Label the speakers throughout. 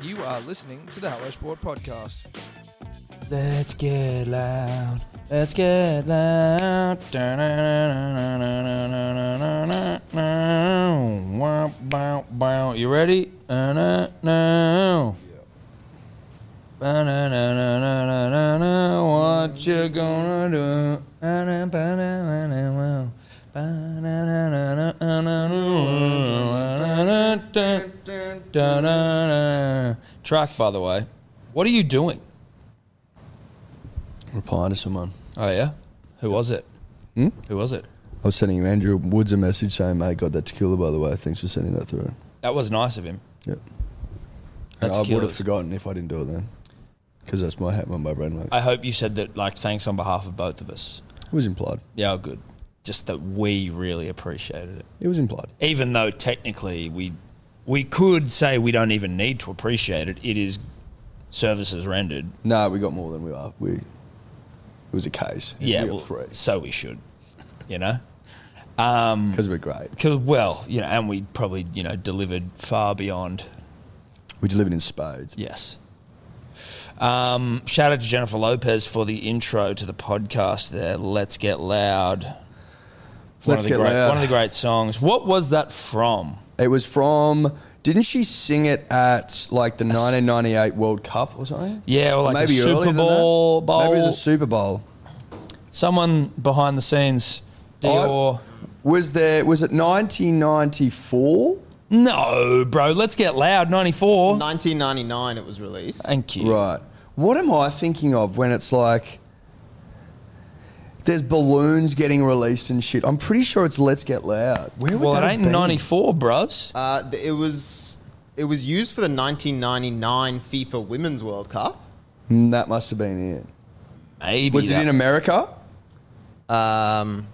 Speaker 1: You are listening to the Hello Sport Podcast.
Speaker 2: Let's get loud. Let's get loud. Wow, wow, wow. You ready? No. What you gonna do? Truck, by the way. What are you doing?
Speaker 3: replying to someone.
Speaker 2: Oh yeah, who was it?
Speaker 3: Hmm?
Speaker 2: Who was it?
Speaker 3: I was sending Andrew Woods a message saying, "Mate, got that tequila by the way. Thanks for sending that through."
Speaker 2: That was nice of him.
Speaker 3: Yep. And
Speaker 2: That's
Speaker 3: I would have
Speaker 2: killers.
Speaker 3: forgotten if I didn't do it then, because that's my hat, my brain. Mate.
Speaker 2: I hope you said that like thanks on behalf of both of us.
Speaker 3: It was implied.
Speaker 2: Yeah, oh, good. Just that we really appreciated it,
Speaker 3: It was implied.
Speaker 2: even though technically we we could say we don't even need to appreciate it. It is services rendered.
Speaker 3: No, we got more than we are. We it was a case.
Speaker 2: Yeah,
Speaker 3: we
Speaker 2: well,
Speaker 3: got three
Speaker 2: so we should, you know. mm.
Speaker 3: because we're great.
Speaker 2: Cause well, you know, and we probably you know delivered far beyond
Speaker 3: We delivered in spades.
Speaker 2: Yes. Um, shout out to Jennifer Lopez for the intro to the podcast there. Let's Get Loud. One
Speaker 3: Let's
Speaker 2: of the
Speaker 3: Get
Speaker 2: great,
Speaker 3: Loud.
Speaker 2: One of the great songs. What was that from?
Speaker 3: It was from. Didn't she sing it at like the 1998 World Cup or something?
Speaker 2: Yeah, or like a Super
Speaker 3: earlier than that?
Speaker 2: Bowl-
Speaker 3: Maybe it
Speaker 2: Bowl.
Speaker 3: was a Super Bowl.
Speaker 2: Someone behind the scenes. Dior.
Speaker 3: Was there? Was it 1994?
Speaker 2: No, bro. Let's Get Loud, 94.
Speaker 4: 1999 it was released.
Speaker 2: Thank you.
Speaker 3: Right. What am I thinking of when it's like there's balloons getting released and shit? I'm pretty sure it's Let's Get Loud. Where would
Speaker 2: Well,
Speaker 3: that
Speaker 2: it
Speaker 3: have
Speaker 2: ain't
Speaker 3: been?
Speaker 2: 94, bros.
Speaker 4: Uh, th- it was it was used for the 1999 FIFA Women's World Cup.
Speaker 3: Mm, That must have been it.
Speaker 2: Maybe.
Speaker 3: Was
Speaker 2: that-
Speaker 3: it in America?
Speaker 4: Um,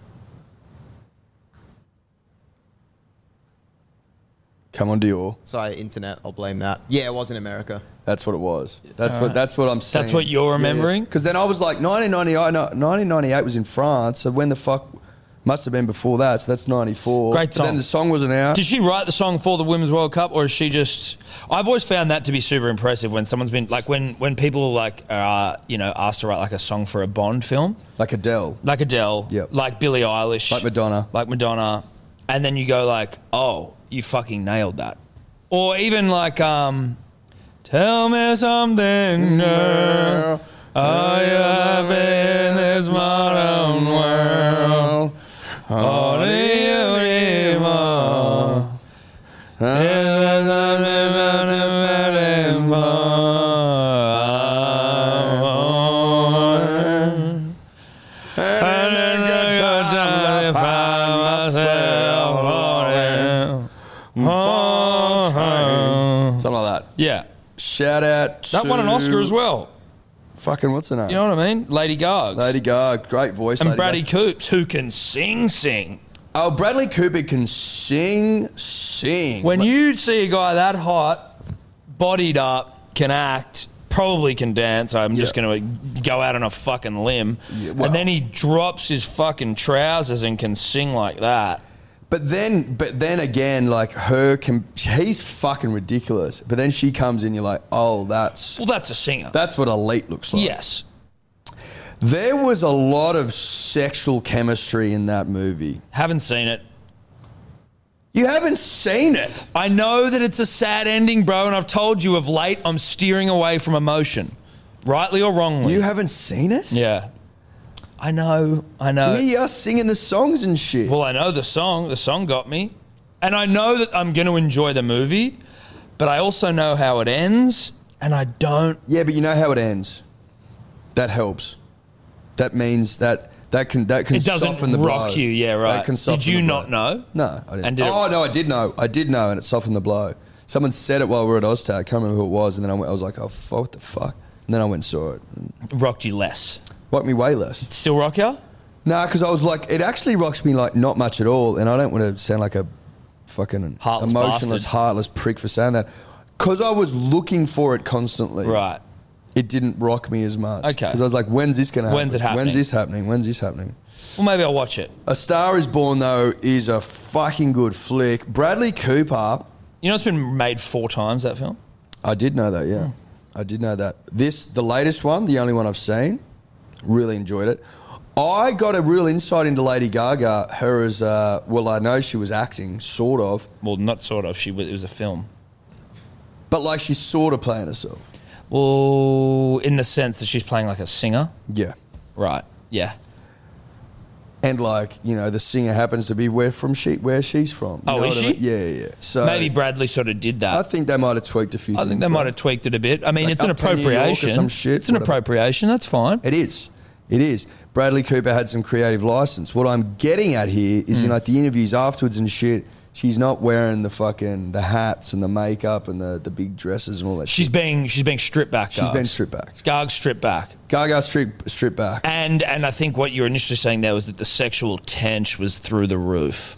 Speaker 3: Come on, Dior.
Speaker 4: sorry, internet. I'll blame that. Yeah, it was in America.
Speaker 3: That's what it was. That's what. That's what I'm saying.
Speaker 2: what you're remembering?
Speaker 3: Because then I was like, 1998. no, 1998 was in France. So when the fuck must have been before that. So that's 94.
Speaker 2: Great
Speaker 3: But
Speaker 2: song.
Speaker 3: then the song wasn't out.
Speaker 2: Did she write the song for the Women's World Cup, or is she just? I've always found that to be super impressive when someone's been like when when people like are you know asked to write like a song for a Bond film,
Speaker 3: like Adele.
Speaker 2: like Adele,
Speaker 3: Yep.
Speaker 2: like Billie Eilish,
Speaker 3: Like Madonna.
Speaker 2: like Madonna, and then you go like, oh, you fucking nailed that, or even like um, tell me
Speaker 3: Mm,
Speaker 2: something, girl. Are you happy in this modern world? Or do you need more? uh-huh.
Speaker 3: Something like that.
Speaker 2: Yeah,
Speaker 3: Shout out.
Speaker 2: that
Speaker 3: to
Speaker 2: won an Oscar as well.
Speaker 3: Fucking what's her name?
Speaker 2: You know what I mean? Lady Gaga
Speaker 3: Lady Gaga, great voice.
Speaker 2: and
Speaker 3: Lady
Speaker 2: Bradley
Speaker 3: Gaga.
Speaker 2: Coops, who can sing, sing.
Speaker 3: Oh, Bradley Cooper can sing, sing.
Speaker 2: When you see a guy that hot, bodied up, can act, probably can dance, I'm just
Speaker 3: Yeah.
Speaker 2: going to go out on a fucking limb.
Speaker 3: Yeah, well-
Speaker 2: and then he drops his fucking trousers and can sing like that.
Speaker 3: but then, but then again, like her, com- he's fucking ridiculous. But then she comes in, you're like, oh, that's
Speaker 2: Well, that's a singer.
Speaker 3: that's what elite looks like.
Speaker 2: yes.
Speaker 3: There was a lot of sexual chemistry in that movie.
Speaker 2: Haven't seen it.
Speaker 3: You haven't seen it.
Speaker 2: I know that it's a sad ending, bro, and I've told you of late I'm steering away from emotion, rightly or wrongly.
Speaker 3: You haven't seen it.
Speaker 2: yeah. I know. I know.
Speaker 3: We are singing the songs and shit.
Speaker 2: Well, I know the song. The song got me. And I know that I'm going to enjoy the movie, but I also know how it ends, and I don't.
Speaker 3: Yeah, but you know how it ends. That helps. That means that that can that can
Speaker 2: It doesn't
Speaker 3: soften the
Speaker 2: rock
Speaker 3: blow.
Speaker 2: you, yeah, right.
Speaker 3: That can
Speaker 2: Did
Speaker 3: soften
Speaker 2: you
Speaker 3: the
Speaker 2: not
Speaker 3: blow.
Speaker 2: know?
Speaker 3: No, I didn't.
Speaker 2: And did it-
Speaker 3: oh no, I did know. I did know, and it softened the blow. Someone said it while we were at OzTag. I can't remember who it was, and then I, went, I was like, "Oh fuck, what the fuck!" And then I went and saw it.
Speaker 2: Rocked you less.
Speaker 3: Rocked me way less.
Speaker 2: Still rock you?
Speaker 3: Nah, because I was like, it actually rocks me like not much at all, and I don't want to sound like a fucking
Speaker 2: Heartless
Speaker 3: emotionless,
Speaker 2: bastard.
Speaker 3: heartless prick for saying that. Because I was looking for it constantly
Speaker 2: Right.
Speaker 3: it didn't rock me as much.
Speaker 2: Okay.
Speaker 3: Because I was like, when's this going to happen?
Speaker 2: When's it happening?
Speaker 3: When's this happening? When's this happening?
Speaker 2: Well, maybe I'll watch it.
Speaker 3: A Star is Born, though, is a fucking good flick. Bradley Cooper,
Speaker 2: You know, it's been made four times, that film?
Speaker 3: I did know that, yeah.
Speaker 2: Hmm.
Speaker 3: I did know that. This, the latest one, the only one I've seen, really enjoyed it. I got a real insight into Lady Gaga, her as, uh, well, I know she was acting, sort of,
Speaker 2: Well, not sort of. She was, it was a film.
Speaker 3: but like she's sort of playing herself.
Speaker 2: Well, in the sense that she's playing like a singer,
Speaker 3: Yeah.
Speaker 2: right? Yeah.
Speaker 3: And like, you know, the singer happens to be where from she, where she's from. You
Speaker 2: Oh,
Speaker 3: know
Speaker 2: is
Speaker 3: what I
Speaker 2: she?
Speaker 3: mean? Yeah, yeah, yeah. So
Speaker 2: Maybe Bradley sort of did that.
Speaker 3: I think they might have tweaked a few
Speaker 2: I
Speaker 3: things.
Speaker 2: think they
Speaker 3: but-
Speaker 2: might have tweaked it a bit. I mean,
Speaker 3: Like
Speaker 2: it's an
Speaker 3: Uptown New York or
Speaker 2: appropriation.
Speaker 3: some shit,
Speaker 2: it's an
Speaker 3: whatever.
Speaker 2: appropriation. That's fine.
Speaker 3: It is. It is. Bradley Cooper had some creative license. What I'm getting at here
Speaker 2: Hmm.
Speaker 3: is in like the interviews afterwards and shit, she's not wearing the fucking the hats and the makeup and the, the big dresses and all that
Speaker 2: She's
Speaker 3: shit.
Speaker 2: being she's being stripped back.
Speaker 3: She's been
Speaker 2: Gargs.
Speaker 3: stripped back.
Speaker 2: Garg stripped back.
Speaker 3: Gaga strip strip back.
Speaker 2: And and I think what you were initially saying there was that the sexual tension was through the roof.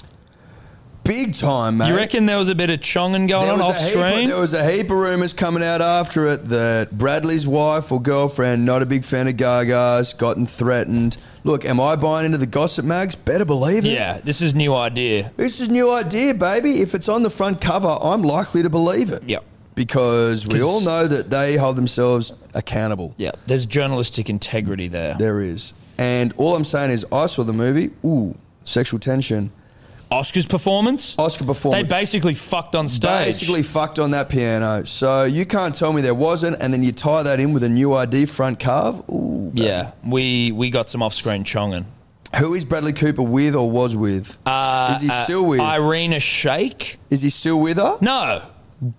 Speaker 3: Big time, mate.
Speaker 2: You reckon there was a bit of chonging going on off
Speaker 3: a heap of-
Speaker 2: screen?
Speaker 3: there Uh, was a heap of rumors coming out after it that Bradley's wife or girlfriend, not a big fan of Gaga's, gotten threatened. Look, am I buying into the gossip mags? Better believe it.
Speaker 2: yeah, this is new idea.
Speaker 3: This is a new idea, baby. If it's on the front cover, I'm likely to believe it.
Speaker 2: Yep.
Speaker 3: Because we
Speaker 2: 'Cause-
Speaker 3: all know that they hold themselves accountable.
Speaker 2: Yeah, there's journalistic integrity there.
Speaker 3: There is. And all I'm saying is, I saw the movie. Ooh, sexual tension.
Speaker 2: Oscar's performance.
Speaker 3: Oscar
Speaker 2: They
Speaker 3: performance.
Speaker 2: basically fucked on stage.
Speaker 3: Oh, Basically fucked on that piano. So you can't tell me there wasn't, and then you tie that in with a new ID front carve. Ooh. baby.
Speaker 2: yeah, we we got some off-screen chonging.
Speaker 3: Who is Bradley Cooper with or was with?
Speaker 2: Uh,
Speaker 3: is he
Speaker 2: uh,
Speaker 3: still with?
Speaker 2: Irina Shayk?
Speaker 3: is he still with her?
Speaker 2: No.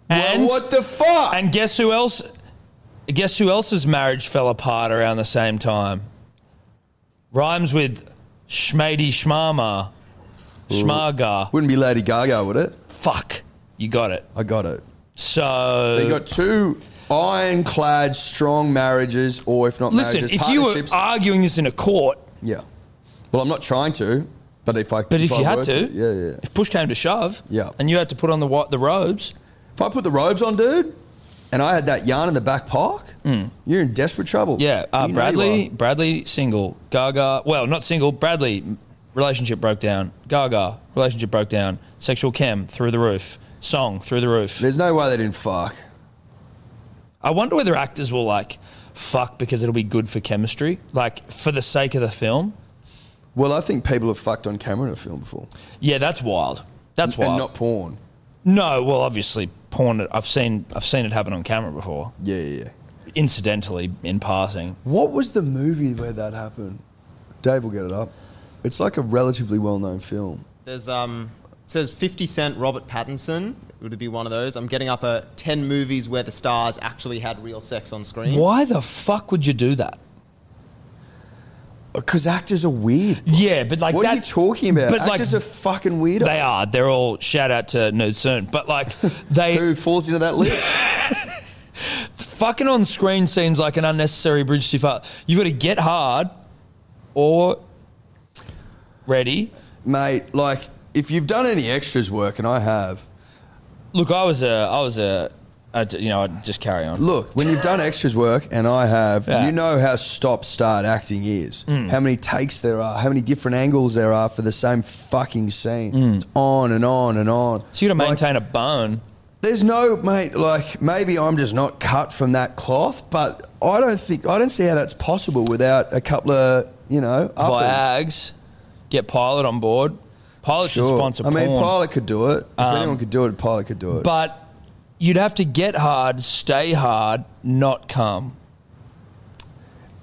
Speaker 2: And
Speaker 3: well, what the fuck?
Speaker 2: and guess who else? Guess who else's marriage fell apart around the same time? Rhymes with Schmady Schmama, Schmaga.
Speaker 3: Wouldn't be Lady Gaga, would it?
Speaker 2: Fuck, you got it.
Speaker 3: I got it.
Speaker 2: So,
Speaker 3: So you got two ironclad, strong marriages, or if not
Speaker 2: listen,
Speaker 3: marriages,
Speaker 2: if you were uh,
Speaker 3: partnerships.
Speaker 2: arguing this in a court,
Speaker 3: yeah. Well, I'm not trying to, but if I,
Speaker 2: but if, you
Speaker 3: I
Speaker 2: had
Speaker 3: were
Speaker 2: to,
Speaker 3: yeah, yeah.
Speaker 2: if push came to shove,
Speaker 3: Yeah.
Speaker 2: and you had to put on the white the robes,
Speaker 3: If I put the robes on, dude, and I had that yarn in the back park, you're in desperate trouble.
Speaker 2: Mm. yeah, uh,
Speaker 3: You know you
Speaker 2: Bradley,
Speaker 3: are.
Speaker 2: Bradley single, Gaga, well, not single, Bradley relationship broke down, Gaga relationship broke down, sexual chem through the roof, song through the roof.
Speaker 3: There's no way they didn't fuck.
Speaker 2: I wonder whether actors will like fuck because it'll be good for chemistry, like for the sake of the film.
Speaker 3: Well, I think people have fucked on camera in a film before,
Speaker 2: Yeah, that's wild. That's
Speaker 3: and
Speaker 2: wild.
Speaker 3: not porn.
Speaker 2: no, well, obviously, porn. I've seen I've seen it happen on camera before,
Speaker 3: Yeah, yeah. yeah.
Speaker 2: incidentally in passing.
Speaker 3: What was the movie where that happened? Dave will get it up. It's like a relatively well-known film.
Speaker 4: There's um, it says 50 Cent Robert Pattinson. Would it be one of those? I'm getting up a 10 movies where the stars actually had real sex on screen.
Speaker 2: Why the fuck would you do that?
Speaker 3: Because actors are weird.
Speaker 2: Yeah, but like
Speaker 3: What
Speaker 2: that,
Speaker 3: are you talking about?
Speaker 2: But
Speaker 3: Actors
Speaker 2: like
Speaker 3: are fucking weirdo.
Speaker 2: they are. They're all shout out to Nude Soon. But like they
Speaker 3: Who falls into that list?
Speaker 2: fucking on screen seems like an unnecessary bridge too far. You've got to get hard or ready.
Speaker 3: Mate, like, if you've done any extras work, and I have,
Speaker 2: Look, I was a, I was a, I d- you know, I'd just carry on.
Speaker 3: look, when you've done extras work, and I have,
Speaker 2: Yeah. Hmm.
Speaker 3: you know how stop start acting is. How many takes there are, how many different angles there are for the same fucking scene. It's on and on and on.
Speaker 2: Hmm. so you got to
Speaker 3: Like,
Speaker 2: maintain a bone.
Speaker 3: There's no mate. Like maybe I'm just not cut from that cloth, but I don't think I don't see how that's possible without a couple of you know. uppers.
Speaker 2: Viags, get pilot on board. Pilot should
Speaker 3: Sure.
Speaker 2: sponsor
Speaker 3: I mean,
Speaker 2: porn. Um,
Speaker 3: Pilot could do it. If anyone could do it, Pilot could do it.
Speaker 2: But you'd have to get hard, stay hard, not come.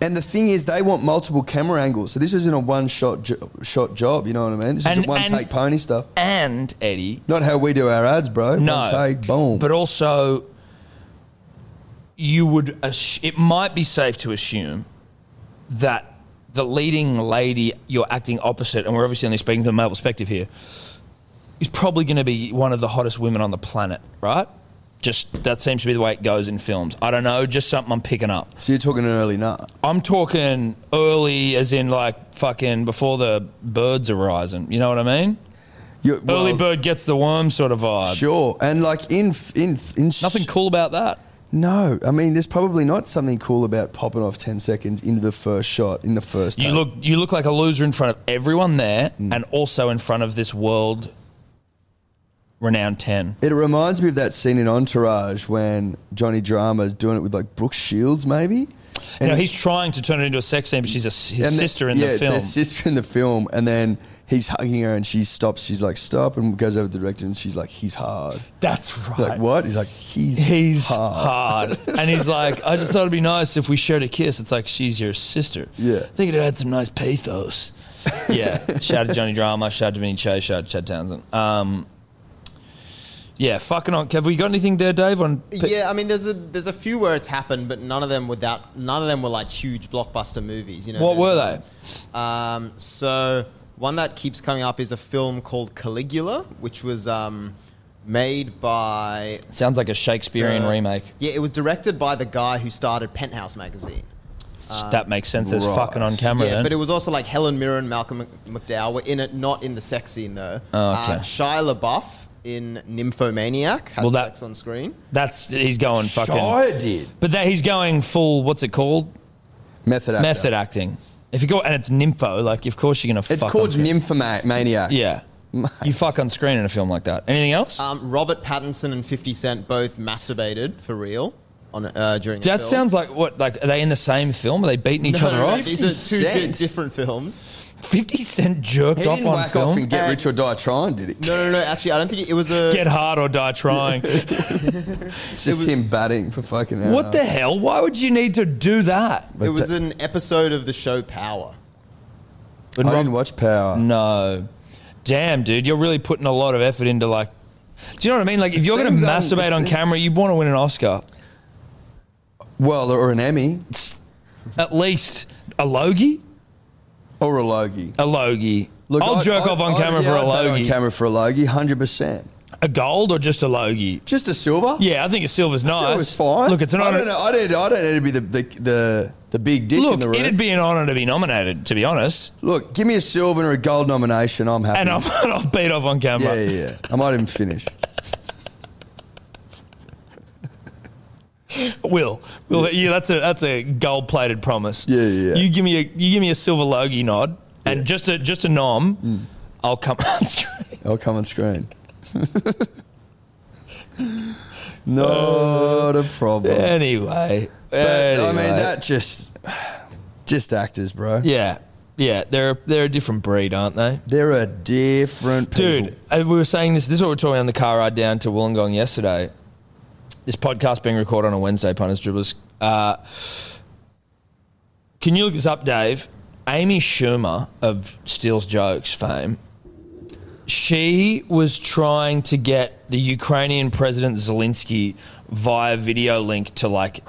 Speaker 3: and the thing is, they want multiple camera angles, so this isn't a one shot jo- shot job. You know what I mean? This
Speaker 2: And-
Speaker 3: isn't one
Speaker 2: and-
Speaker 3: take pony stuff.
Speaker 2: And Eddie,
Speaker 3: Not how we do our ads, bro.
Speaker 2: no
Speaker 3: one take, boom.
Speaker 2: But also, you would. ass- It might be safe to assume that the leading lady you're acting opposite, and we're obviously only speaking from a male perspective here, is probably going to be one of the hottest women on the planet, right? Just that seems to be the way it goes in films. I don't know, just something I'm picking up.
Speaker 3: so you're talking an early nut.
Speaker 2: I'm talking early, as in like fucking before the birds are rising. You know what I mean?
Speaker 3: You're,
Speaker 2: early
Speaker 3: well,
Speaker 2: bird gets the worm sort of vibe.
Speaker 3: Sure, and like in in in
Speaker 2: Nothing cool about that.
Speaker 3: No, I mean, there's probably not something cool about popping off 10 seconds into the first shot in the first.
Speaker 2: You
Speaker 3: take.
Speaker 2: look you look
Speaker 3: Mm.
Speaker 2: like a loser in front of everyone there and also in front of this world renowned ten.
Speaker 3: It reminds me of that scene in Entourage when Johnny Drama is doing it with like Brooke Shields, maybe.
Speaker 2: You know, he's trying to turn it into a sex scene, but she's a, his
Speaker 3: and the-
Speaker 2: sister in
Speaker 3: yeah,
Speaker 2: the film.
Speaker 3: Their sister in the film, and then he's hugging her, and she stops. She's like, "Stop!" and goes over to the director, and she's like, "He's hard."
Speaker 2: That's
Speaker 3: He's
Speaker 2: right.
Speaker 3: like, "What?" He's like, "He's
Speaker 2: He's
Speaker 3: hard."
Speaker 2: hard. And he's like, I just thought it'd be nice if we shared a kiss. It's like, she's your sister.
Speaker 3: Yeah.
Speaker 2: Thinking it had some nice pathos. Yeah. shout out to Johnny Drama. Shout out to Vinny Chase. Shout out to Chad Townsend. Um, yeah, fucking on. Have we got anything there, Dave? On pe-
Speaker 4: yeah, I mean, there's a there's a few where it's happened, but none of them without none of them were like huge blockbuster movies. You know,
Speaker 2: What were they?
Speaker 4: Um, so one that keeps coming up is a film called Caligula, which was um, made by
Speaker 2: Sounds like a Shakespearean
Speaker 4: uh,
Speaker 2: remake.
Speaker 4: Yeah, it was directed by the guy who started Penthouse magazine.
Speaker 2: that makes sense. There's
Speaker 3: right.
Speaker 2: fucking on camera
Speaker 4: Yeah,
Speaker 2: then.
Speaker 4: but it was also like Helen Mirren, Malcolm Mc- McDowell were in it, not in the sex scene though.
Speaker 2: Oh, okay.
Speaker 4: Uh, Shia LaBeouf in Nymphomaniac had
Speaker 2: Well, that-
Speaker 4: sex on screen.
Speaker 2: That's he's going fucking.
Speaker 3: Shia did
Speaker 2: But that he's going full. What's it called?
Speaker 3: method actor.
Speaker 2: Method acting. If you go and it's nympho, like of course you're gonna. fuck
Speaker 3: It's
Speaker 2: on
Speaker 3: called
Speaker 2: screen.
Speaker 3: Nymphomaniac.
Speaker 2: Yeah. You fuck on screen in a film like that. Anything else?
Speaker 3: Uh,
Speaker 4: Um, Robert Pattinson and Fifty Cent both masturbated for real on uh, during. the
Speaker 2: that
Speaker 4: film.
Speaker 2: sounds like what? Like are they in the same film? Are they beating each other off?
Speaker 4: These are
Speaker 3: 50
Speaker 4: two di-
Speaker 3: Cent.
Speaker 4: different films.
Speaker 2: Fifty Cent jerked
Speaker 3: He
Speaker 2: off
Speaker 3: didn't
Speaker 2: on
Speaker 3: whack
Speaker 2: film.
Speaker 3: off and get
Speaker 4: And-
Speaker 3: rich or die trying, did he?
Speaker 4: No, no, no. Actually, I don't think it, it was a.
Speaker 2: Get hard or die trying.
Speaker 3: It's just him batting for fucking. an
Speaker 2: what
Speaker 3: hour.
Speaker 2: the hell? Why would you need to do that?
Speaker 3: But
Speaker 4: it was
Speaker 3: that-
Speaker 4: an episode of the show Power.
Speaker 2: But
Speaker 3: I
Speaker 2: Rob- Mm.
Speaker 3: didn't watch Power.
Speaker 2: No. Damn, dude, you're really putting a lot of effort into like. Do you know what I mean? Like, if
Speaker 3: It
Speaker 2: you're going
Speaker 3: seems um,
Speaker 2: to
Speaker 3: un-
Speaker 2: masturbate
Speaker 3: it
Speaker 2: on
Speaker 3: seems-
Speaker 2: camera, you want to win an Oscar.
Speaker 3: Well, or an Emmy,
Speaker 2: At least a Logie?
Speaker 3: or a Logie.
Speaker 2: A Logie. I'll
Speaker 3: I-
Speaker 2: jerk
Speaker 3: I-
Speaker 2: off on
Speaker 3: I-
Speaker 2: camera
Speaker 3: yeah,
Speaker 2: for a
Speaker 3: I'd bet On
Speaker 2: Logie.
Speaker 3: camera for a Logie, hundred percent.
Speaker 2: A gold or just a Logie?
Speaker 3: Just a silver.
Speaker 2: Yeah, I think a silver's nice.
Speaker 3: Silver's fine.
Speaker 2: Look, it's an
Speaker 3: I
Speaker 2: honor.
Speaker 3: don't know. I don't. I don't need to be the the the, the big dick in
Speaker 2: Look,
Speaker 3: the room.
Speaker 2: it'd be an honor to be nominated, to be honest.
Speaker 3: Look, give me a silver or a gold nomination. I'm happy.
Speaker 2: And I'll, and I'll beat off on camera.
Speaker 3: yeah, yeah, yeah. I might even finish.
Speaker 2: Will, Will, yeah, that's a that's a gold plated promise.
Speaker 3: Yeah, yeah, yeah.
Speaker 2: You give me a you give me a silver logie nod and just a just a nom,
Speaker 3: Mm.
Speaker 2: I'll come on screen.
Speaker 3: I'll come on screen.
Speaker 2: Uh,
Speaker 3: Not a problem.
Speaker 2: Anyway,
Speaker 3: but, I mean,
Speaker 2: anyway.
Speaker 3: that just just actors, bro.
Speaker 2: yeah, yeah, they're they're a different breed, aren't they?
Speaker 3: They're a different people.
Speaker 2: Dude, uh, we were saying this. This is what we were talking on the car ride down to Wollongong yesterday. This podcast being recorded on a Wednesday, punters dribblers. Uh, can you look this up, Dave? Amy Schumer of Steele's Jokes fame. She was trying to get the Ukrainian President Zelensky via video link to like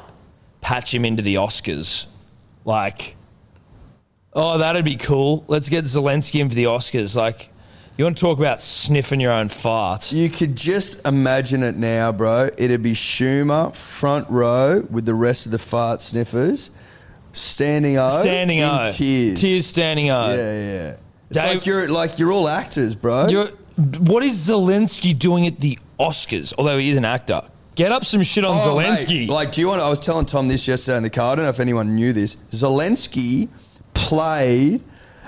Speaker 2: patch him into the Oscars. Like, oh, that'd be cool. Let's get Zelensky in for the Oscars. Like, you want to talk about sniffing your own fart?
Speaker 3: You could just imagine it now, bro. It'd be Schumer front row with the rest of the fart sniffers, standing O,
Speaker 2: standing
Speaker 3: in
Speaker 2: O.
Speaker 3: tears.
Speaker 2: standing O.
Speaker 3: Yeah, yeah. It's
Speaker 2: Dave-
Speaker 3: like you're like you're all actors, bro.
Speaker 2: You're, what is Zelensky doing at the Oscars? Although he is an actor. Get up some shit on
Speaker 3: Oh, mate,
Speaker 2: Zelensky.
Speaker 3: like, do you want? I was telling Tom this yesterday in the car. I don't know if anyone knew this. Zelensky played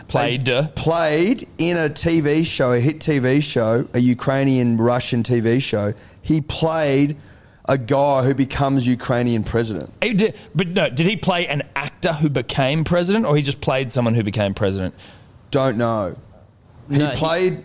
Speaker 2: Played, uh,
Speaker 3: played in a TV show, a hit TV show, a Ukrainian Russian TV show. He played a guy who becomes Ukrainian president.
Speaker 2: He did- but no, did he play an actor who became president or he just played someone who became president?
Speaker 3: Don't know. He
Speaker 4: No, he-
Speaker 3: played,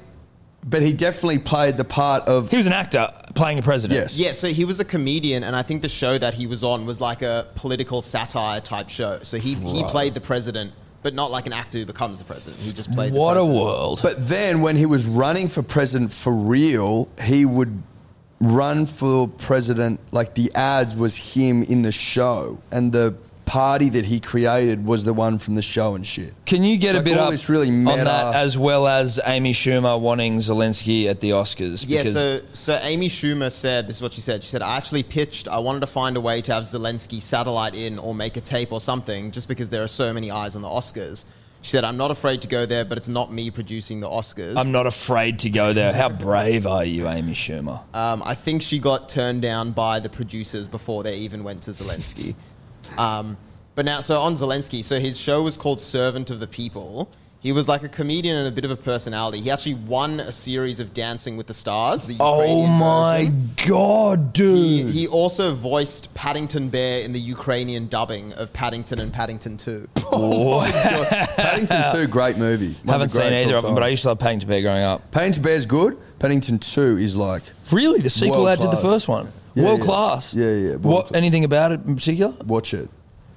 Speaker 3: but he definitely played the part of
Speaker 2: He was an actor playing a president.
Speaker 3: Yes.
Speaker 4: Yeah, so he was a comedian, and I think the show that he was on was like a political satire type show. So he, he played the president, but not like an actor who becomes the president. He just played.
Speaker 2: What
Speaker 4: the
Speaker 2: a
Speaker 4: president.
Speaker 2: world.
Speaker 3: But then when he was running for president for real, he would run for president like the ads was him in the show and the party that he created was the one from the show and shit.
Speaker 2: Can you get
Speaker 3: Like
Speaker 2: a bit
Speaker 3: all
Speaker 2: up
Speaker 3: this really
Speaker 2: on
Speaker 3: meta-
Speaker 2: that, as well as Amy Schumer wanting Zelensky at the Oscars?
Speaker 4: Yeah,
Speaker 2: Because
Speaker 4: so so Amy Schumer said this is what she said. She said I actually pitched. I wanted to find a way to have Zelensky satellite in or make a tape or something, just because there are so many eyes on the Oscars. She said I'm not afraid to go there, but it's not me producing the Oscars.
Speaker 2: I'm not afraid to go there. How brave are you, Amy Schumer?
Speaker 4: Um, I think she got turned down by the producers before they even went to Zelensky. Um, but now, so on Zelensky, so his show was called Servant of the People. He was like a comedian and a bit of a personality. He actually won a series of Dancing with the Stars. The
Speaker 2: Oh
Speaker 4: Ukrainian
Speaker 2: my
Speaker 4: version.
Speaker 2: god,
Speaker 4: He,
Speaker 2: dude!
Speaker 4: he also voiced Paddington Bear in the Ukrainian dubbing of Paddington and Paddington 2.
Speaker 3: Paddington 2, great movie. One
Speaker 2: Haven't
Speaker 3: of the
Speaker 2: seen
Speaker 3: greats
Speaker 2: either
Speaker 3: all
Speaker 2: of them, but I
Speaker 3: time.
Speaker 2: used to love Paddington Bear growing up.
Speaker 3: Paddington Bear's good. Paddington 2 is like
Speaker 2: Really, the sequel
Speaker 3: World
Speaker 2: out did the
Speaker 3: class.
Speaker 2: first one.
Speaker 3: Yeah,
Speaker 2: World
Speaker 3: yeah.
Speaker 2: class.
Speaker 3: Yeah, yeah, world
Speaker 2: What?
Speaker 3: class.
Speaker 2: Anything about it in particular?
Speaker 3: Watch it.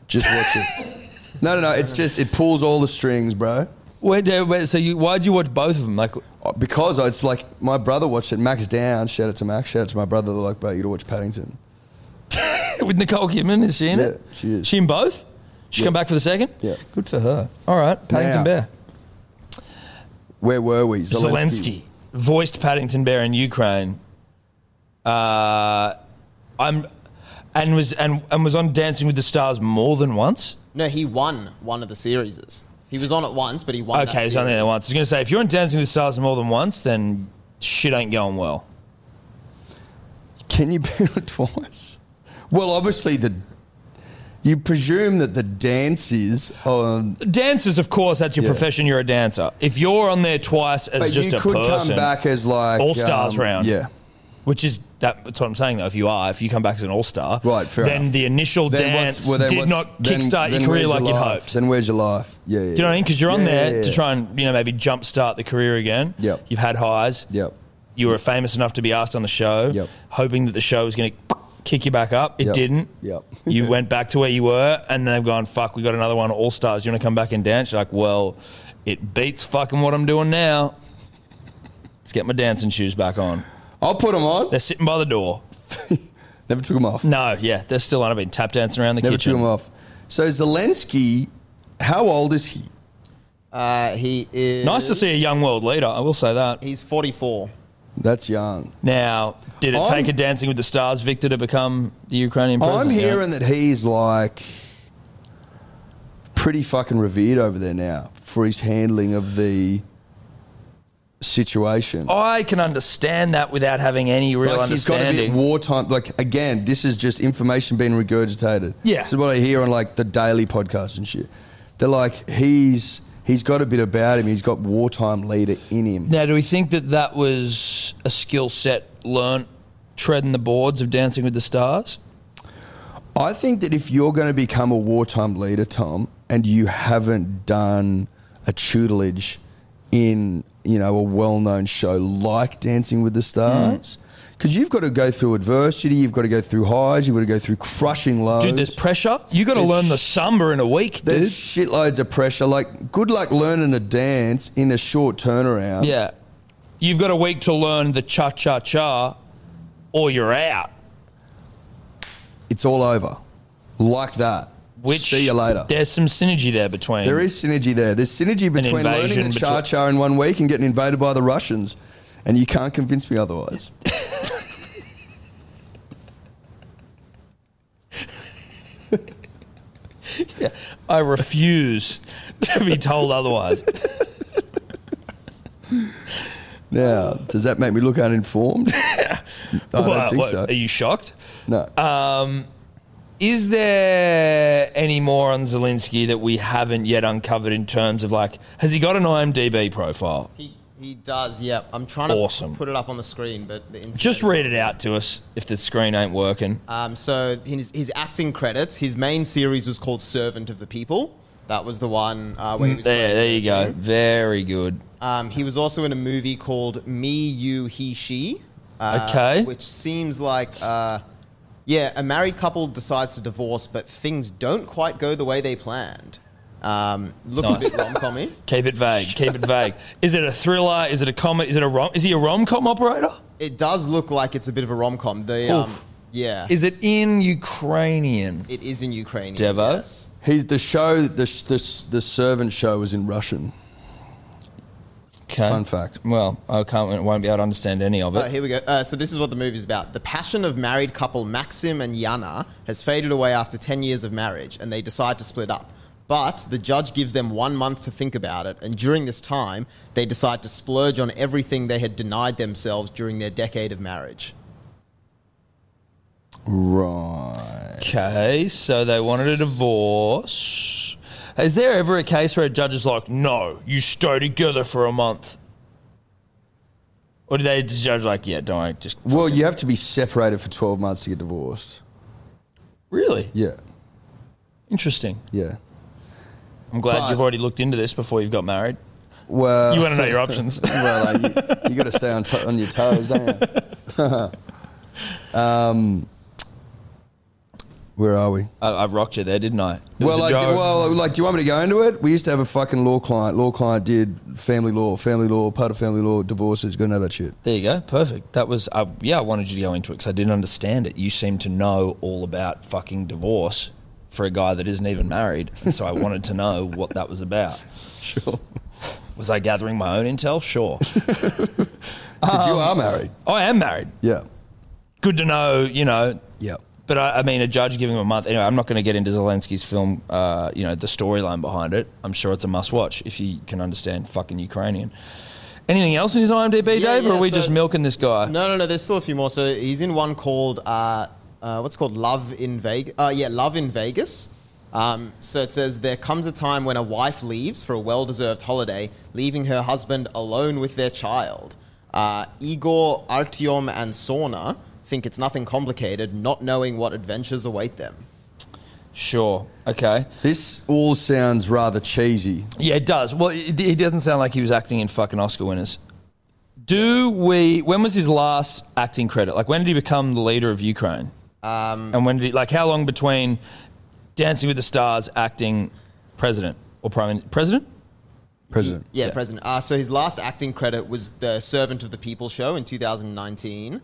Speaker 3: Just watch it. No, no, no. It's just it pulls all the strings, bro.
Speaker 2: Wait, Dave, wait, so you why'd you watch both of them? Like,
Speaker 3: Uh, Because it's like my brother watched it. Max down. Shout out to Max. Shout out to my brother. They're like, bro, you gotta watch Paddington.
Speaker 2: with Nicole Kidman, is she in it?
Speaker 3: Yeah, she is.
Speaker 2: She in both? She come back for the second?
Speaker 3: Yeah.
Speaker 2: Good for her. All right, Paddington
Speaker 3: Now,
Speaker 2: Bear.
Speaker 3: Where were we?
Speaker 2: Zelensky. voiced Paddington Bear in Ukraine. Uh, I'm, and was and, and was on Dancing with the Stars more than once.
Speaker 4: No, he won one of the series. He was on it once, but he
Speaker 3: Oh,
Speaker 4: won that
Speaker 2: Okay, so only there
Speaker 4: series.
Speaker 2: once. I was gonna say if you're on Dancing with the Stars more than once, then shit ain't going well.
Speaker 3: Can you be on it twice? Well, obviously the. You presume that the dance is on.
Speaker 2: Dancers, of course, that's your
Speaker 3: Yeah.
Speaker 2: profession. You're a dancer. If you're on there twice as
Speaker 3: But
Speaker 2: just
Speaker 3: you
Speaker 2: a
Speaker 3: could
Speaker 2: person,
Speaker 3: come back as like um,
Speaker 2: All-Stars round.
Speaker 3: Yeah.
Speaker 2: which is that, that's what I'm saying though. If you are, if you come back as an all star,
Speaker 3: Right, fair
Speaker 2: then
Speaker 3: enough.
Speaker 2: the initial
Speaker 3: Then
Speaker 2: dance
Speaker 3: what's- well, then
Speaker 2: did
Speaker 3: what's-
Speaker 2: not
Speaker 3: then-
Speaker 2: kickstart
Speaker 3: then
Speaker 2: your career
Speaker 3: where's
Speaker 2: like you
Speaker 3: life?
Speaker 2: hoped.
Speaker 3: Then where's your life? Yeah. yeah
Speaker 2: Do you know what I mean? Because you're on
Speaker 3: Yeah,
Speaker 2: there
Speaker 3: yeah,
Speaker 2: to
Speaker 3: yeah.
Speaker 2: try and you know maybe jumpstart the career again.
Speaker 3: Yep.
Speaker 2: You've had highs.
Speaker 3: Yep.
Speaker 2: You were famous enough to be asked on the show.
Speaker 3: Yep. Hoping
Speaker 2: Hoping that the show was going to kick you back up. It
Speaker 3: Yep.
Speaker 2: didn't.
Speaker 3: Yep.
Speaker 2: you went back to where you were, and they've gone, "Fuck, we got another one, All Stars. Do you want to come back and dance?" You're like, well, it beats fucking what I'm doing now. Let's get my dancing shoes back on.
Speaker 3: I'll put them on.
Speaker 2: They're sitting by the door.
Speaker 3: Never took them off.
Speaker 2: No, yeah, they're still on. I've been tap dancing around the
Speaker 3: Never
Speaker 2: kitchen.
Speaker 3: took him off. So Zelensky, how old is he?
Speaker 4: Uh, he is.
Speaker 2: Nice to see a young world leader. I will say that.
Speaker 4: He's 44.
Speaker 3: That's young.
Speaker 2: Now, did it
Speaker 3: I'm-
Speaker 2: take a Dancing with the Stars victor to become the Ukrainian president?
Speaker 3: I'm
Speaker 2: you know?
Speaker 3: hearing that he's like pretty fucking revered over there now for his handling of the situation.
Speaker 2: I can understand that without having any Oh, real
Speaker 3: like he's got a bit
Speaker 2: understanding.
Speaker 3: wartime. Like again, this is just information being regurgitated.
Speaker 2: Yeah.
Speaker 3: this is what I hear on like the daily podcast and shit. They're like he's he's got a bit about him. He's got wartime leader in him.
Speaker 2: now, do we think that that was a skill set learnt treading the boards of Dancing with the Stars?
Speaker 3: I think that if you're going to become a wartime leader, Tom, and you haven't done a tutelage in you know a well-known show like Dancing with the Stars,
Speaker 2: Mm.
Speaker 3: because you've got to go through adversity, you've got to go through highs, you've got to go through crushing lows.
Speaker 2: Dude, there's pressure. You got to
Speaker 3: There's-
Speaker 2: learn the samba in a week, dude.
Speaker 3: There's shitloads of pressure. Like, good luck learning a dance in a short turnaround.
Speaker 2: Yeah. You've got a week to learn the cha cha cha, or you're out.
Speaker 3: It's all over. Like that.
Speaker 2: Which
Speaker 3: See you later.
Speaker 2: There's some synergy there between.
Speaker 3: There is synergy there. There's synergy between
Speaker 2: invasion
Speaker 3: learning
Speaker 2: betwe-
Speaker 3: the cha cha in one week and getting invaded by the Russians. And you can't convince me otherwise.
Speaker 2: I refuse to be told otherwise.
Speaker 3: Now, does that make me look uninformed? I
Speaker 2: Well,
Speaker 3: don't think
Speaker 2: what,
Speaker 3: so.
Speaker 2: Are you uh, shocked? Um,
Speaker 3: No.
Speaker 2: Is there any more on Zelensky that we haven't yet uncovered in terms of like, has he got an IMDb profile?
Speaker 4: He, he does, yeah. I'm trying to
Speaker 2: Awesome.
Speaker 4: put it up on the screen, but the internet-
Speaker 2: Just read it out to us if the screen ain't working.
Speaker 4: Um, so his, his acting credits, his main series was called Servant of the People. That was the one uh, where he
Speaker 2: There,
Speaker 4: was.
Speaker 2: Mm, there you
Speaker 4: playing-
Speaker 2: go. Very good.
Speaker 4: Um, he was also in a movie called Me, You, He, She. uh,
Speaker 2: Okay.
Speaker 4: Which seems like, uh, yeah, a married couple decides to divorce, but things don't quite go the way they planned. Um, looks
Speaker 2: Nice.
Speaker 4: a bit rom-commy.
Speaker 2: Keep it vague. Keep it vague. Is it a thriller? Is it a comedy? Is it a rom? Is he a rom com operator?
Speaker 4: It does look like it's a bit of a rom-com. The um,
Speaker 2: Oof.
Speaker 4: yeah,
Speaker 2: Is it in Ukrainian?
Speaker 4: it is in Ukrainian.
Speaker 2: Devo?
Speaker 4: yes.
Speaker 3: He's the show, the, sh- the, s- the servant show was in Russian.
Speaker 2: Okay.
Speaker 3: Fun fact.
Speaker 2: Well, I can't. Won't be able to understand any of it.
Speaker 4: Oh, here we go. Uh, so this is what the movie's about. The passion of married couple Maxim and Yana has faded away after 10 years of marriage, and they decide to split up. But the judge gives them one month to think about it, and during this time, they decide to splurge on everything they had denied themselves during their decade of marriage.
Speaker 3: Right.
Speaker 2: Okay, so they wanted a divorce. Is there ever a case where a judge is like, no, you stay together for a month? Or do they just judge like, yeah, don't worry, just
Speaker 3: Well, you have to be separated for 12 months to get divorced.
Speaker 2: really
Speaker 3: Yeah,
Speaker 2: interesting?
Speaker 3: yeah.
Speaker 2: I'm glad
Speaker 3: But-
Speaker 2: you've already looked into this before you've got married.
Speaker 3: Well,
Speaker 2: You want to know your options.
Speaker 3: well, like, you, you got to stay on, to- on your toes, don't you? um, where are we?
Speaker 2: I, I rocked you there, didn't I? It was
Speaker 3: Well,
Speaker 2: a
Speaker 3: like, do,
Speaker 2: joke.
Speaker 3: well, like, do you want me to go into it? We used to have a fucking law client. Law client did family law, family law, part of family law, divorces. Got to know that shit.
Speaker 2: There you go. Perfect. That was, uh, yeah, I wanted you to go into it because I didn't understand it. You seem to know all about fucking divorce for a guy that isn't even married. And so I wanted to know what that was about.
Speaker 3: Sure.
Speaker 2: Was I gathering my own intel? Sure.
Speaker 3: 'Cause
Speaker 2: Oh.
Speaker 3: you are married.
Speaker 2: I am married.
Speaker 3: Yeah.
Speaker 2: Good to know, you know.
Speaker 3: Yeah.
Speaker 2: But I, I mean, a judge giving him a month. Anyway, I'm not going to get into Zelensky's film, uh, you know, the storyline behind it. I'm sure it's a must watch if you can understand fucking Ukrainian. Anything else in his IMDb,
Speaker 4: Yeah,
Speaker 2: Dave, or
Speaker 4: yeah,
Speaker 2: are we
Speaker 4: so-
Speaker 2: just milking this guy?
Speaker 4: No, no, no. There's still a few more. So he's in one called uh, uh, what's it called Love in Vegas. Uh, yeah, Love in Vegas. Um, so it says there comes a time when a wife leaves for a well-deserved holiday, leaving her husband alone with their child. Uh, Igor, Artyom, and Sauna think it's nothing complicated, not knowing what adventures await them.
Speaker 2: Sure. Okay.
Speaker 3: This all sounds rather cheesy.
Speaker 2: Yeah, it does. Well, it, it doesn't sound like he was acting in fucking Oscar winners. Do we? When was his last acting credit? Like, when did he become the leader of Ukraine? Um, and when did he? Like, how long between Dancing with the Stars, acting, president or prime Min- president?
Speaker 3: President.
Speaker 4: Yeah,
Speaker 2: Yeah.
Speaker 4: President. Uh, so his last acting credit was the Servant of the People show in 2019.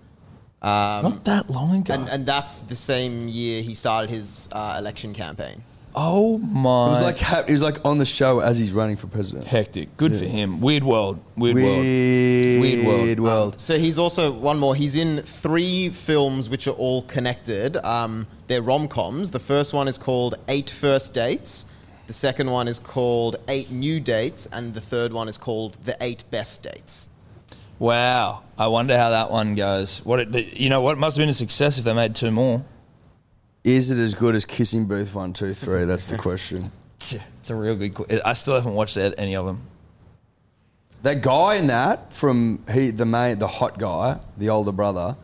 Speaker 2: Not that long ago.
Speaker 4: And, and that's the same year he started his uh, election campaign.
Speaker 2: oh my!
Speaker 3: It was like ha- it was like on the show as he's running for president.
Speaker 2: hectic. Good for him. Weird world. Weird, world.
Speaker 3: Weird,
Speaker 2: Weird world.
Speaker 3: world.
Speaker 4: So he's also one more. He's in three films which are all connected. Um, they're rom coms. The first one is called Eight First Dates. The second one is called Eight New Dates, and the third one is called The Eight Best Dates.
Speaker 2: Wow. I wonder how that one goes. What it, you know? What must have been a success if they made two more.
Speaker 3: Is it as good as Kissing Booth One Two Three? That's the question.
Speaker 2: It's a real good. que- I still haven't watched any of them.
Speaker 3: That guy in that from he the main the hot guy, the older brother,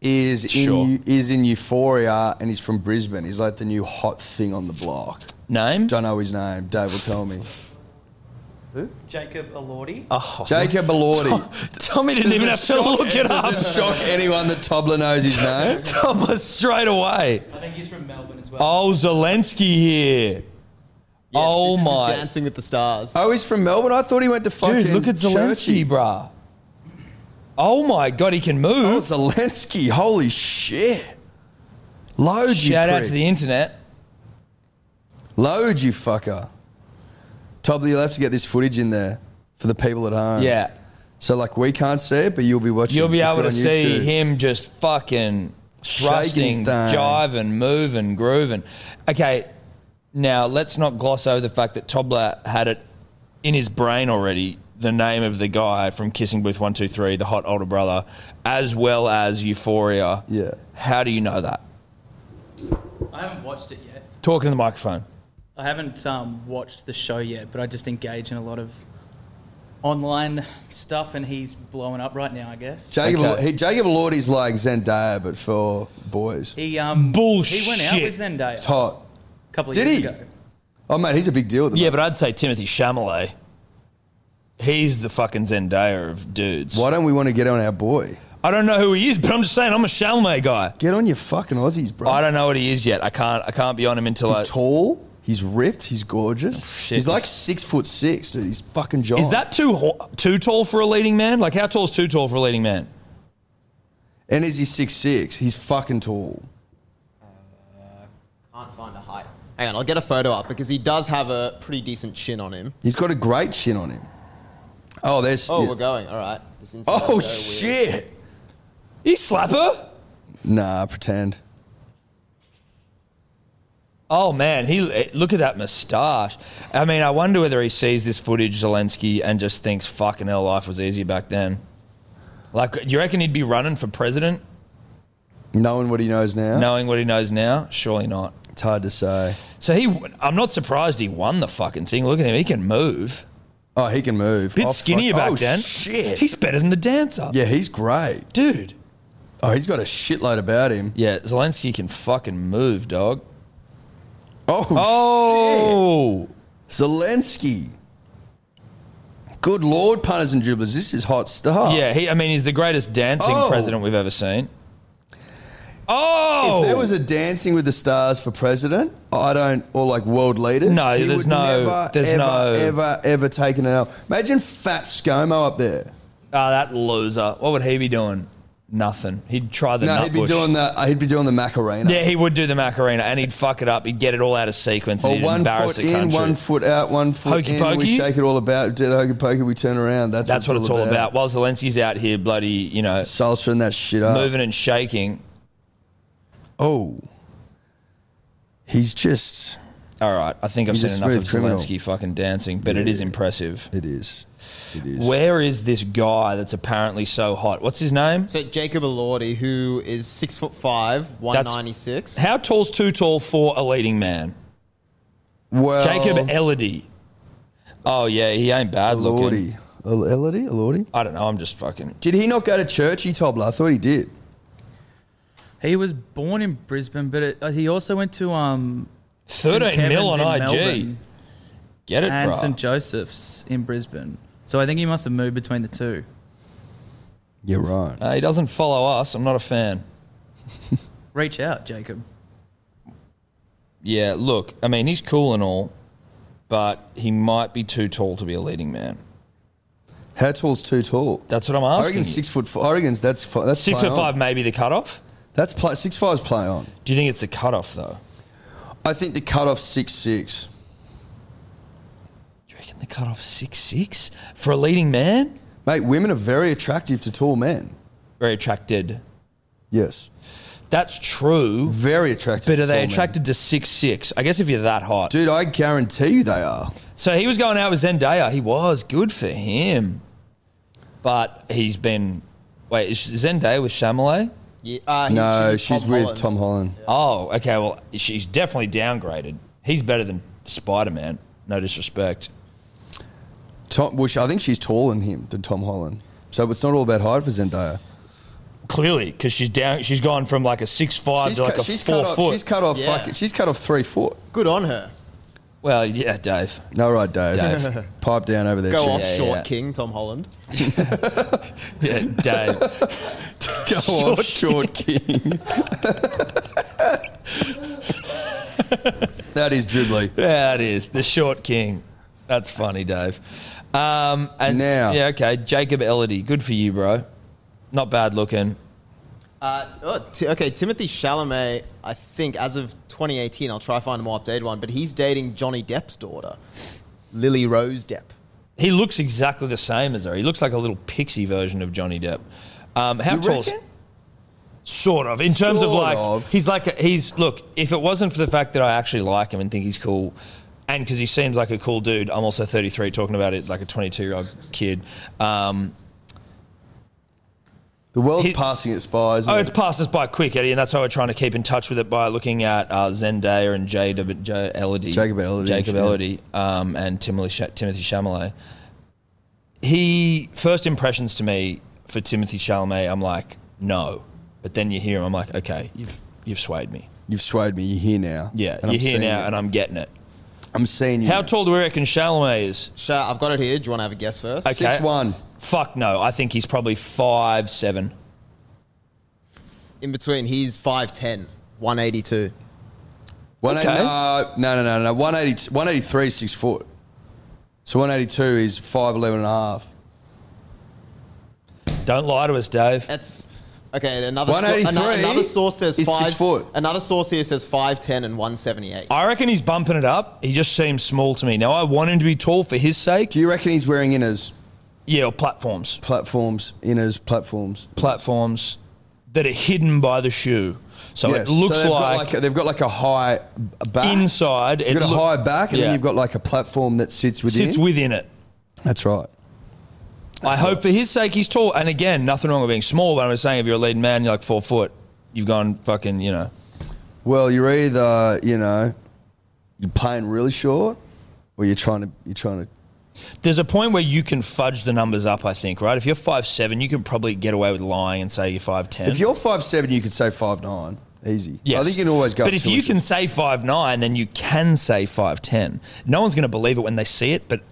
Speaker 3: is in
Speaker 2: Sure.
Speaker 3: is in Euphoria and he's from Brisbane. He's like the new hot thing on the block.
Speaker 2: Name?
Speaker 3: Don't know his name. Dave will tell me.
Speaker 5: Jacob Elordi.
Speaker 4: Uh,
Speaker 3: Jacob Elordi.
Speaker 2: Tommy didn't even have to look it up.
Speaker 3: Does it shock anyone that Tobler knows his name?
Speaker 2: Tom was straight away.
Speaker 5: I think he's from Melbourne as well.
Speaker 2: Oh, Zelensky here.
Speaker 4: Yeah,
Speaker 2: oh
Speaker 4: this is his
Speaker 2: my.
Speaker 4: Dancing with the Stars.
Speaker 3: Oh, he's from Melbourne. I thought he went to fucking.
Speaker 2: Dude, look at
Speaker 3: Churchy.
Speaker 2: Zelensky, bruh. Oh my god, he can
Speaker 3: Oh,
Speaker 2: move.
Speaker 3: Zelensky. Holy shit.
Speaker 5: Oh,
Speaker 3: Load you
Speaker 2: Shout out
Speaker 3: prick.
Speaker 2: to the internet.
Speaker 3: Load you fucker. Tobler, you'll have to get this footage in there for the people at home.
Speaker 2: Yeah.
Speaker 3: So like we can't see it, but you'll be watching.
Speaker 2: You'll be
Speaker 3: if
Speaker 2: able
Speaker 3: you're
Speaker 2: to
Speaker 3: on
Speaker 2: see
Speaker 3: YouTube.
Speaker 2: him just fucking
Speaker 3: Shaking his
Speaker 2: thrusting,
Speaker 3: thing.
Speaker 2: jiving, moving, grooving. Okay, now let's not gloss over the fact that Tobler had it in his brain already. The name of the guy from Kissing Booth One Two Three, the hot older brother, as well as Euphoria.
Speaker 3: Yeah.
Speaker 2: How do you know that?
Speaker 5: I haven't watched it yet.
Speaker 2: Talking to the microphone.
Speaker 5: I haven't um, watched the show yet, but I just engage in a lot of online stuff, and he's blowing up right now, I guess.
Speaker 3: Jacob,
Speaker 2: Okay.
Speaker 3: he, Jacob Elordi's like Zendaya, but for boys.
Speaker 5: he um, He went out
Speaker 2: Bullshit.
Speaker 5: with
Speaker 3: It's
Speaker 5: Zendaya a
Speaker 3: hot.
Speaker 5: couple of
Speaker 3: Did
Speaker 5: years
Speaker 3: he?
Speaker 5: ago.
Speaker 3: Oh mate, he's a big deal. At the
Speaker 2: Yeah,
Speaker 3: moment.
Speaker 2: but I'd say Timothy Chalamet. He's the fucking Zendaya of dudes.
Speaker 3: Why don't we want to get on our boy?
Speaker 2: I don't know who he is, but I'm just saying I'm a Chalamet guy.
Speaker 3: Get on your fucking Aussies, bro.
Speaker 2: I don't know what he is yet. I can't. I can't be on him until
Speaker 3: he's
Speaker 2: I.
Speaker 3: tall. He's ripped. He's gorgeous.
Speaker 2: Oh, shit,
Speaker 3: he's like
Speaker 2: he's-
Speaker 3: six foot six, dude. He's fucking John.
Speaker 2: Is that too ho- too tall for a leading man? Like how tall is too tall for a leading man?
Speaker 3: And is he six six? He's fucking tall.
Speaker 4: Can't find a height. Hang on, I'll get a photo up because he does have a pretty decent chin on him.
Speaker 3: He's got a great chin on him. Oh, there's.
Speaker 4: Oh,
Speaker 3: yeah.
Speaker 4: we're going. All right. This internet's so
Speaker 3: oh
Speaker 4: weird.
Speaker 3: shit.
Speaker 2: He slapper.
Speaker 3: Nah, pretend.
Speaker 2: Oh man, he look at that moustache. I mean, I wonder whether he sees this footage, Zelensky, and just thinks, "Fucking hell, life was easier back then." Like, do you reckon he'd be running for president,
Speaker 3: Knowing what he knows now.
Speaker 2: knowing what he knows now? Surely not.
Speaker 3: It's hard to say.
Speaker 2: So he, I'm not surprised he won the fucking thing. Look at him, he can move.
Speaker 3: Oh, he can move.
Speaker 2: Bit
Speaker 3: Oh, fuck.
Speaker 2: skinnier back
Speaker 3: oh,
Speaker 2: then.
Speaker 3: Shit.
Speaker 2: he's better than the dancer.
Speaker 3: yeah, he's great.
Speaker 2: dude.
Speaker 3: Oh, he's got a shitload about him.
Speaker 2: Yeah, Zelensky can fucking move, dog.
Speaker 3: Oh,
Speaker 2: Oh,
Speaker 3: shit. Zelensky. Good lord, punters and dribblers. This is hot stuff.
Speaker 2: yeah. He, I mean, he's the greatest dancing
Speaker 3: Oh.
Speaker 2: president we've ever seen. Oh,
Speaker 3: If there was a Dancing with the Stars for president, I don't, or like world leaders,
Speaker 2: No,
Speaker 3: he
Speaker 2: there's
Speaker 3: would
Speaker 2: no-
Speaker 3: never,
Speaker 2: there's
Speaker 3: ever,
Speaker 2: no-
Speaker 3: ever, ever taken an L. Imagine Fat ScoMo up there.
Speaker 2: Ah, that loser. What would he be doing? Nothing. He'd try the
Speaker 3: no,
Speaker 2: nut
Speaker 3: he'd be
Speaker 2: bush.
Speaker 3: doing the, uh, he'd be doing the Macarena.
Speaker 2: Yeah, he would do the Macarena and he'd fuck it up. He'd get it all out of sequence and
Speaker 3: Or
Speaker 2: he'd
Speaker 3: Oh, one
Speaker 2: embarrass
Speaker 3: foot
Speaker 2: the
Speaker 3: in,
Speaker 2: country.
Speaker 3: one foot out, one foot
Speaker 2: Hokey
Speaker 3: in.
Speaker 2: pokey?
Speaker 3: We shake it all about. Do the hokey pokey. We turn around. That's
Speaker 2: That's what it's all about. While Zelensky's out here, bloody, you know,
Speaker 3: Salsa that shit up.
Speaker 2: moving and shaking.
Speaker 3: Oh, he's just.
Speaker 2: All right, I think I've
Speaker 3: He's a
Speaker 2: seen enough of
Speaker 3: smooth criminal.
Speaker 2: Zelensky fucking dancing, but it is impressive.
Speaker 3: It is. It is.
Speaker 2: Where is this guy that's apparently so hot? What's his name?
Speaker 4: So Jacob Elordi, who is six foot five, one ninety six.
Speaker 2: How tall's too tall for a leading man?
Speaker 3: well,
Speaker 2: Jacob Elodie. Oh yeah, he ain't bad looking.
Speaker 3: Elordi. El- Elodie? Elordi?
Speaker 2: I don't know. I'm just fucking.
Speaker 3: Did he not go to church? He Tobler. I thought he did.
Speaker 5: He was born in Brisbane, but it, uh, he also went to um, St.
Speaker 2: 13 mil on
Speaker 5: Kevin's in
Speaker 2: IG.
Speaker 5: Melbourne
Speaker 2: Get it,
Speaker 5: and
Speaker 2: bro.
Speaker 5: St Joseph's in Brisbane. So I think he must have moved between the two.
Speaker 3: You're right.
Speaker 2: Uh, he doesn't follow us. I'm not a fan.
Speaker 5: Reach out, Jacob.
Speaker 2: Yeah, look, I mean, he's cool and all, but he might be too tall to be a leading man.
Speaker 3: How tall's too tall?
Speaker 2: That's what I'm
Speaker 3: I
Speaker 2: asking.
Speaker 3: reckon
Speaker 2: you.
Speaker 3: six foot. Four, I reckon that's fi- that's
Speaker 2: Six
Speaker 3: play
Speaker 2: foot
Speaker 3: on.
Speaker 2: five may be the cutoff.
Speaker 3: That's play, six five's play on.
Speaker 2: Do you think it's the cutoff though?
Speaker 3: I think the cutoff's six six.
Speaker 2: Do you reckon the cutoff six six for a leading man?
Speaker 3: Mate, women are very attractive to tall men.
Speaker 2: Very attracted.
Speaker 3: Yes,
Speaker 2: That's true.
Speaker 3: very attractive.
Speaker 2: But
Speaker 3: to
Speaker 2: are they
Speaker 3: tall men.
Speaker 2: attracted to six six? I guess if you're that hot.
Speaker 3: Dude, I guarantee you they are.
Speaker 2: So he was going out with Zendaya. He was good for him, but he's been. Wait, is Zendaya with Chamelet?
Speaker 4: Yeah, uh, he-
Speaker 3: no, she's,
Speaker 4: Tom
Speaker 3: with
Speaker 4: Holland.
Speaker 3: Tom Holland.
Speaker 2: Oh, okay. Well, she's definitely downgraded. He's better than Spider Man. No disrespect.
Speaker 3: Tom, well, she- I think she's taller than him than Tom Holland. So it's not all about height for Zendaya.
Speaker 2: Clearly, because she's down. She's gone from like a six five
Speaker 3: She's
Speaker 2: to like
Speaker 3: cut,
Speaker 2: a
Speaker 3: she's
Speaker 2: four
Speaker 3: cut off.
Speaker 2: foot.
Speaker 3: She's cut off.
Speaker 4: Yeah.
Speaker 3: fucking- she's cut off three foot.
Speaker 4: Good on her.
Speaker 2: well, yeah, Dave.
Speaker 3: No right, Dave.
Speaker 2: Dave.
Speaker 3: Pipe down over there.
Speaker 4: Go
Speaker 3: chief.
Speaker 4: off,
Speaker 2: yeah,
Speaker 4: short
Speaker 2: yeah.
Speaker 4: king, Tom Holland.
Speaker 2: Yeah, Dave.
Speaker 3: Go
Speaker 2: Short
Speaker 3: off, short king. that is dribbly.
Speaker 2: yeah, it is the short king. That's funny, Dave. Um, and
Speaker 3: Now-
Speaker 2: yeah, okay, Jacob Elodie. Good for you, bro. Not bad looking.
Speaker 4: Uh, oh, t- okay, Timothy Chalamet, I think as of 2018, I'll try to find a more updated one, but he's dating Johnny Depp's daughter, Lily Rose Depp.
Speaker 2: He looks exactly the same as her. He looks like a little pixie version of Johnny Depp. Um, how
Speaker 3: You
Speaker 2: tall? is-
Speaker 3: reckon?
Speaker 2: Sort of. In terms of
Speaker 3: Sort
Speaker 2: like,
Speaker 3: of.
Speaker 2: he's like a, he's look. If it wasn't for the fact that I actually like him and think he's cool, and because he seems like a cool dude, I'm also 33 talking about it like a 22 year old kid. Um,
Speaker 3: The world's
Speaker 2: He-
Speaker 3: passing its by. Isn't
Speaker 2: oh,
Speaker 3: it?
Speaker 2: it's passed us by quick, Eddie, and that's why we're trying to keep in touch with it by looking at uh, Zendaya and Jada, J Elodie,
Speaker 3: Jacob Elordi.
Speaker 2: Jacob Elordi, um, and Timothy Sha- Timothy Chalamet. He first impressions to me for Timothy Chalamet, I'm like no, but then you hear him, I'm like okay, you've you've swayed me.
Speaker 3: You've swayed me. You're here now.
Speaker 2: Yeah,
Speaker 3: And
Speaker 2: you're
Speaker 3: I'm
Speaker 2: here
Speaker 3: seeing
Speaker 2: now,
Speaker 3: you.
Speaker 2: and I'm getting it.
Speaker 3: I'm seeing you.
Speaker 2: How tall do we reckon Chalamet is?
Speaker 4: Sha, I've got it here. Do you want to have a guess first?
Speaker 2: Okay.
Speaker 3: Six one.
Speaker 2: Fuck no, I think he's probably five seven.
Speaker 4: In between, he's 5'10, 182.
Speaker 3: One eight-
Speaker 2: Okay.
Speaker 3: no, no, no, no, no. 180, 183 is six foot. So 182 is 5'11 and a half.
Speaker 2: Don't lie to us, Dave.
Speaker 4: That's. Okay, another,
Speaker 3: 183
Speaker 4: another, another source says
Speaker 3: is six
Speaker 4: five.
Speaker 3: foot.
Speaker 4: Another source here says five ten and one seventy eight.
Speaker 2: I reckon he's bumping it up. He just seems small to me. Now I want him to be tall for his sake.
Speaker 3: Do you reckon he's wearing inners,
Speaker 2: Yeah, or platforms,
Speaker 3: platforms, inners, platforms?
Speaker 2: platforms that are hidden by the shoe. So
Speaker 3: Yes.
Speaker 2: it looks
Speaker 3: So they've got
Speaker 2: like,
Speaker 3: a- they've got like a high back.
Speaker 2: inside it
Speaker 3: You've got a
Speaker 2: look-
Speaker 3: high back, and
Speaker 2: Yeah.
Speaker 3: then you've got like a platform that sits within.
Speaker 2: sits within it.
Speaker 3: That's right.
Speaker 2: I hope for his sake he's tall. And again, nothing wrong with being small. But I'm just saying, if you're a leading man, you're like four foot. You've gone fucking, you know.
Speaker 6: Well, you're either you know you're playing really short, or you're trying to you're trying to
Speaker 2: There's a point where you can fudge the numbers up, I think, right? If you're five seven, you can probably get away with lying and say you're five ten.
Speaker 6: If you're five seven, you could say five nine. Easy. I think you can always go.
Speaker 2: But
Speaker 6: up
Speaker 2: if
Speaker 6: two
Speaker 2: you
Speaker 6: inches.
Speaker 2: can say five nine, then you can say five ten. No one's going to believe it when they see it. But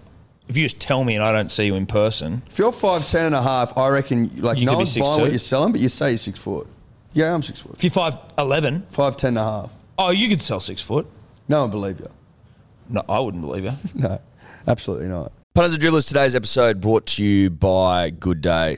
Speaker 2: if you just tell me and I don't see you in person,
Speaker 6: if you're five ten and a half, I reckon like
Speaker 2: You could
Speaker 6: no
Speaker 2: be
Speaker 6: one's buying
Speaker 2: 6'2".
Speaker 6: what you're selling, but you say you're six foot. Yeah, I'm six foot.
Speaker 2: if you're five eleven,
Speaker 6: Five ten and a half.
Speaker 2: oh, you could sell six foot.
Speaker 6: No one believe you.
Speaker 2: No, I wouldn't believe you.
Speaker 6: No, absolutely not.
Speaker 3: Punters and Dribblers, today's episode brought to you by Good Day,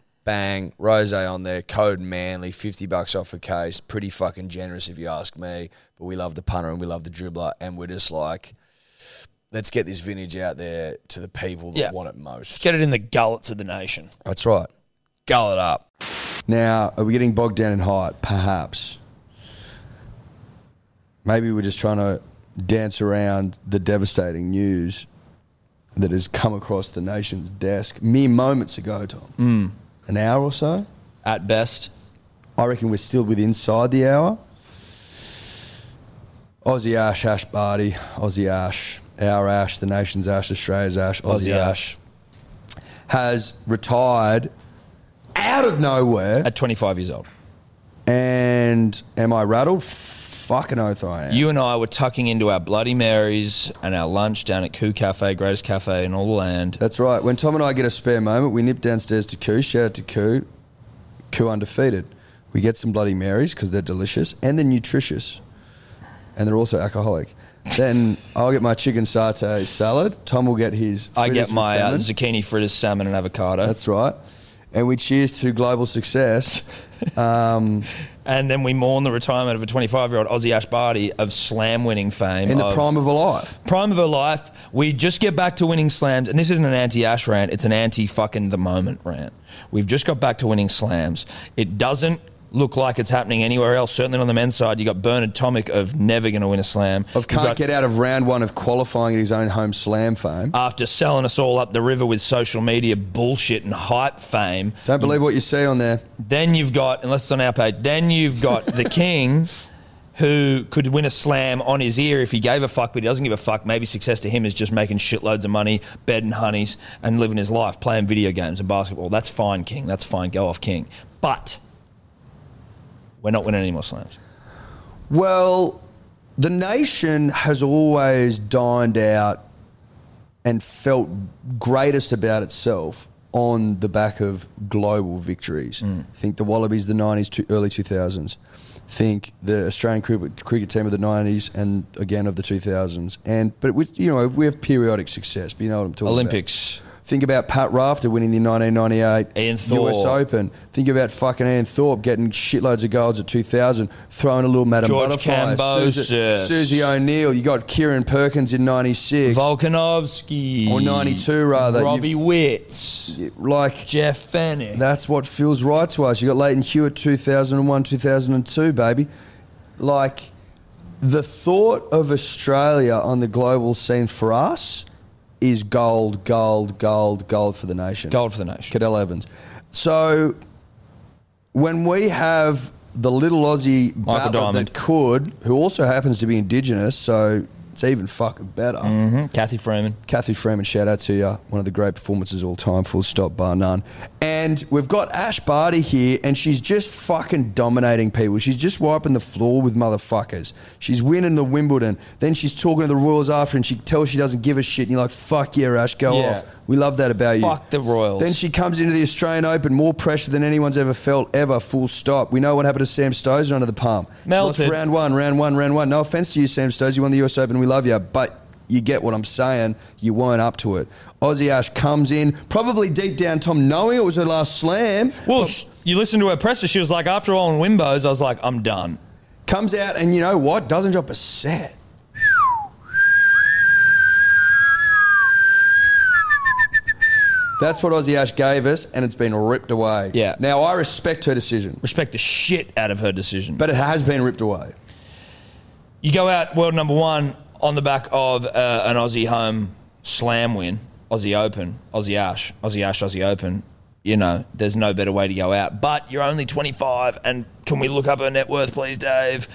Speaker 3: bang, rose on there, code Manly, 50 bucks off a case. Pretty fucking generous if you ask me. But we love the punter and we love the dribbler. And we're just like, let's get this vintage out there to the people that
Speaker 2: Yeah.
Speaker 3: want it most.
Speaker 2: Let's get it in the gullets of the nation.
Speaker 3: That's right. Gull it up.
Speaker 6: Now, are we getting bogged down in height? Perhaps. Maybe we're just trying to dance around the devastating news that has come across the nation's desk mere moments ago, Tom. An hour or so?
Speaker 2: At best,
Speaker 6: I reckon we're still with inside the hour. Aussie Ash, Ash Barty, Aussie Ash, our Ash, the nation's Ash, Australia's Ash, Aussie,
Speaker 2: Aussie
Speaker 6: Ash, has retired out of nowhere.
Speaker 2: at 25 years old,
Speaker 6: And am I rattled? Fucking oath I am.
Speaker 2: you and I were tucking into our Bloody Marys and our lunch down at Koo Cafe, greatest cafe in all the land.
Speaker 6: That's right. When Tom and I get a spare moment, we nip downstairs to Koo. Shout out to Koo. Koo undefeated. We get some Bloody Marys because they're delicious and they're nutritious. And they're also alcoholic. Then I'll get my chicken satay salad. Tom will get his.
Speaker 2: I
Speaker 6: fritters
Speaker 2: get
Speaker 6: with
Speaker 2: my uh,
Speaker 6: salmon.
Speaker 2: zucchini fritters, salmon, and avocado,
Speaker 6: That's right. And we cheers to global success.
Speaker 2: and then we mourn the retirement of a 25-year-old Aussie Ash Barty of slam winning fame
Speaker 6: In the
Speaker 2: of-
Speaker 6: prime of a life.
Speaker 2: prime of her life. We just get back to winning slams, and this isn't an anti-Ash rant; it's an anti-fucking the moment rant. We've just got back to winning slams. It doesn't look like it's happening anywhere else. Certainly on the men's side, you got Bernard Tomic of never going to win a slam.
Speaker 3: Of can't
Speaker 2: You've got-
Speaker 3: get out of round one of qualifying at his own home slam fame.
Speaker 2: after selling us all up the river with social media bullshit and hype fame.
Speaker 3: Don't believe what you see on there.
Speaker 2: Then you've got, unless it's on our page, then you've got the king who could win a slam on his ear if he gave a fuck, but he doesn't give a fuck. Maybe success to him is just making shitloads of money, bed and honeys, and living his life, playing video games and basketball. That's fine, king. That's fine. Go off, king. But we're not winning any more slams.
Speaker 3: Well, the nation has always dined out and felt greatest about itself on the back of global victories. Think the Wallabies, the 90s, to early 2000s. Think the Australian cricket, cricket team of the 90s and again of the 2000s. And but we, you know we have periodic success. But you know what I'm talking
Speaker 2: Olympics.
Speaker 3: about. Think about Pat Rafter winning the 1998
Speaker 2: Ian
Speaker 3: US
Speaker 2: Thorpe.
Speaker 3: Open. Think about fucking Ian Thorpe getting shitloads of golds at 2000, throwing a little Madam
Speaker 2: George
Speaker 3: Butterfly, Susie,
Speaker 2: Cambosis.
Speaker 3: Susie O'Neill. You got Kieran Perkins in '96
Speaker 2: Volkanovski.
Speaker 3: or '92 rather.
Speaker 2: Robbie Witts.
Speaker 3: You- like
Speaker 2: Jeff Fennick.
Speaker 3: that's what feels right to us. You got Leighton Hewitt 2001, 2002, baby. Like the thought of Australia on the global scene for us is gold, gold, gold, gold for the nation.
Speaker 2: Gold for the nation.
Speaker 3: Cadell Evans. So when we have the little Aussie
Speaker 2: Michael
Speaker 3: battler
Speaker 2: Diamond.
Speaker 3: that could, who also happens to be Indigenous, so it's even fucking better.
Speaker 2: hmm Kathy Freeman.
Speaker 3: Kathy Freeman, shout out to you. One of the great performances of all time, full stop, bar none. And we've got Ash Barty here, and she's just fucking dominating people. She's just wiping the floor with motherfuckers. She's winning the Wimbledon. Then she's talking to the Royals after, and she tells she doesn't give a shit. And you're like, fuck yeah, Ash, go
Speaker 2: Yeah.
Speaker 3: off. We love that about you.
Speaker 2: Fuck the Royals.
Speaker 3: Then she comes into the Australian Open, more pressure than anyone's ever felt, ever, full stop. We know what happened to Sam Stosur under the palm. She lost
Speaker 2: Melted.
Speaker 3: round round one, round one, round one. No offense to you, Sam Stokes. You won the US Open. We love you. But you get what I'm saying. You weren't up to it. Aussie Ash comes in, probably deep down, Tom, knowing it was her last slam,
Speaker 2: Well, sh- you listen to her presser. She was like, after all in Wimbos, I was like, I'm done.
Speaker 3: comes out, and you know what? Doesn't drop a set. That's what Aussie Ash gave us, and it's been ripped away.
Speaker 2: Yeah.
Speaker 3: Now, I respect her decision,
Speaker 2: Respect the shit out of her decision.
Speaker 3: but it has been ripped away.
Speaker 2: you go out world number one on the back of uh, an Aussie home slam win, Aussie Open, Aussie Ash, Aussie Ash, Aussie Open. You know, there's no better way to go out. But you're only 25, and can we look up her net worth, please, Dave?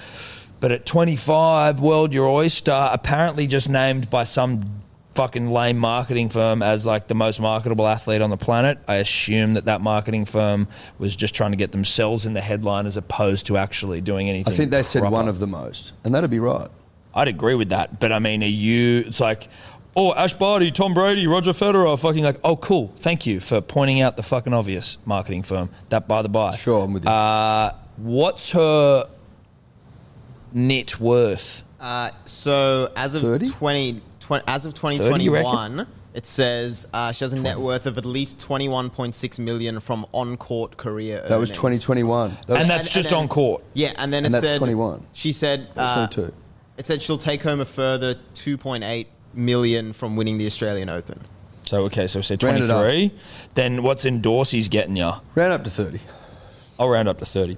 Speaker 2: But at 25, World Your Oyster, apparently just named by some fucking lame marketing firm as like the most marketable athlete on the planet. I assume that that marketing firm was just trying to get themselves in the headline as opposed to actually doing anything.
Speaker 3: I think they said
Speaker 2: proper.
Speaker 3: one of the most, and that'd be right.
Speaker 2: I'd agree with that. But I mean, are you? It's like, oh, Ash Barty, Tom Brady, Roger Federer, fucking like, oh, cool. Thank you for pointing out the fucking obvious marketing firm. That by the by.
Speaker 3: Sure, I'm with you.
Speaker 2: Uh, what's her net worth?
Speaker 4: Uh, so as of
Speaker 3: 30?
Speaker 4: 20, 20 as of
Speaker 2: you reckon?
Speaker 4: 2021, it says uh, she has a net worth of at least 21.6 million from on-court career.
Speaker 3: that was
Speaker 4: earnings.
Speaker 3: 2021. That was-
Speaker 2: And that's just on court.
Speaker 4: Yeah, and then
Speaker 3: And
Speaker 4: it
Speaker 3: that's
Speaker 4: said
Speaker 3: 21.
Speaker 4: She said
Speaker 3: That's
Speaker 4: uh,
Speaker 3: 22.
Speaker 4: It said she'll take home a further 2.8 million from winning the Australian Open.
Speaker 2: So okay, so say
Speaker 3: Round it up.
Speaker 2: 23. Then what's in Dorsey's getting you?
Speaker 3: round up to 30.
Speaker 2: I'll round up to 30.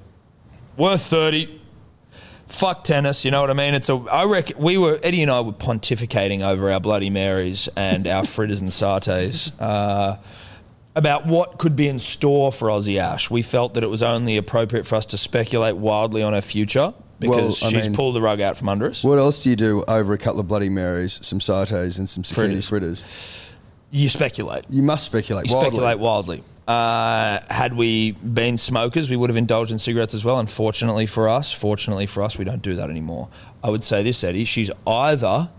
Speaker 2: Worth 30. Fuck tennis, you know what I mean? It's a I reckon we were Eddie and I were pontificating over our bloody marys and our fritters and sartes. Uh about what could be in store for Aussie Ash. We felt that it was only appropriate for us to speculate wildly on her future because
Speaker 3: Well, I
Speaker 2: she's
Speaker 3: mean-
Speaker 2: pulled the rug out from under us.
Speaker 3: What else do you do over a couple of Bloody Marys, some sartes, and some zucchini fritters?
Speaker 2: Fritters. You speculate.
Speaker 3: You must speculate
Speaker 2: You
Speaker 3: wildly.
Speaker 2: speculate wildly. Uh, had we been smokers, we would have indulged in cigarettes as well. Unfortunately for us, fortunately for us, we don't do that anymore. I would say this, Eddie. She's either,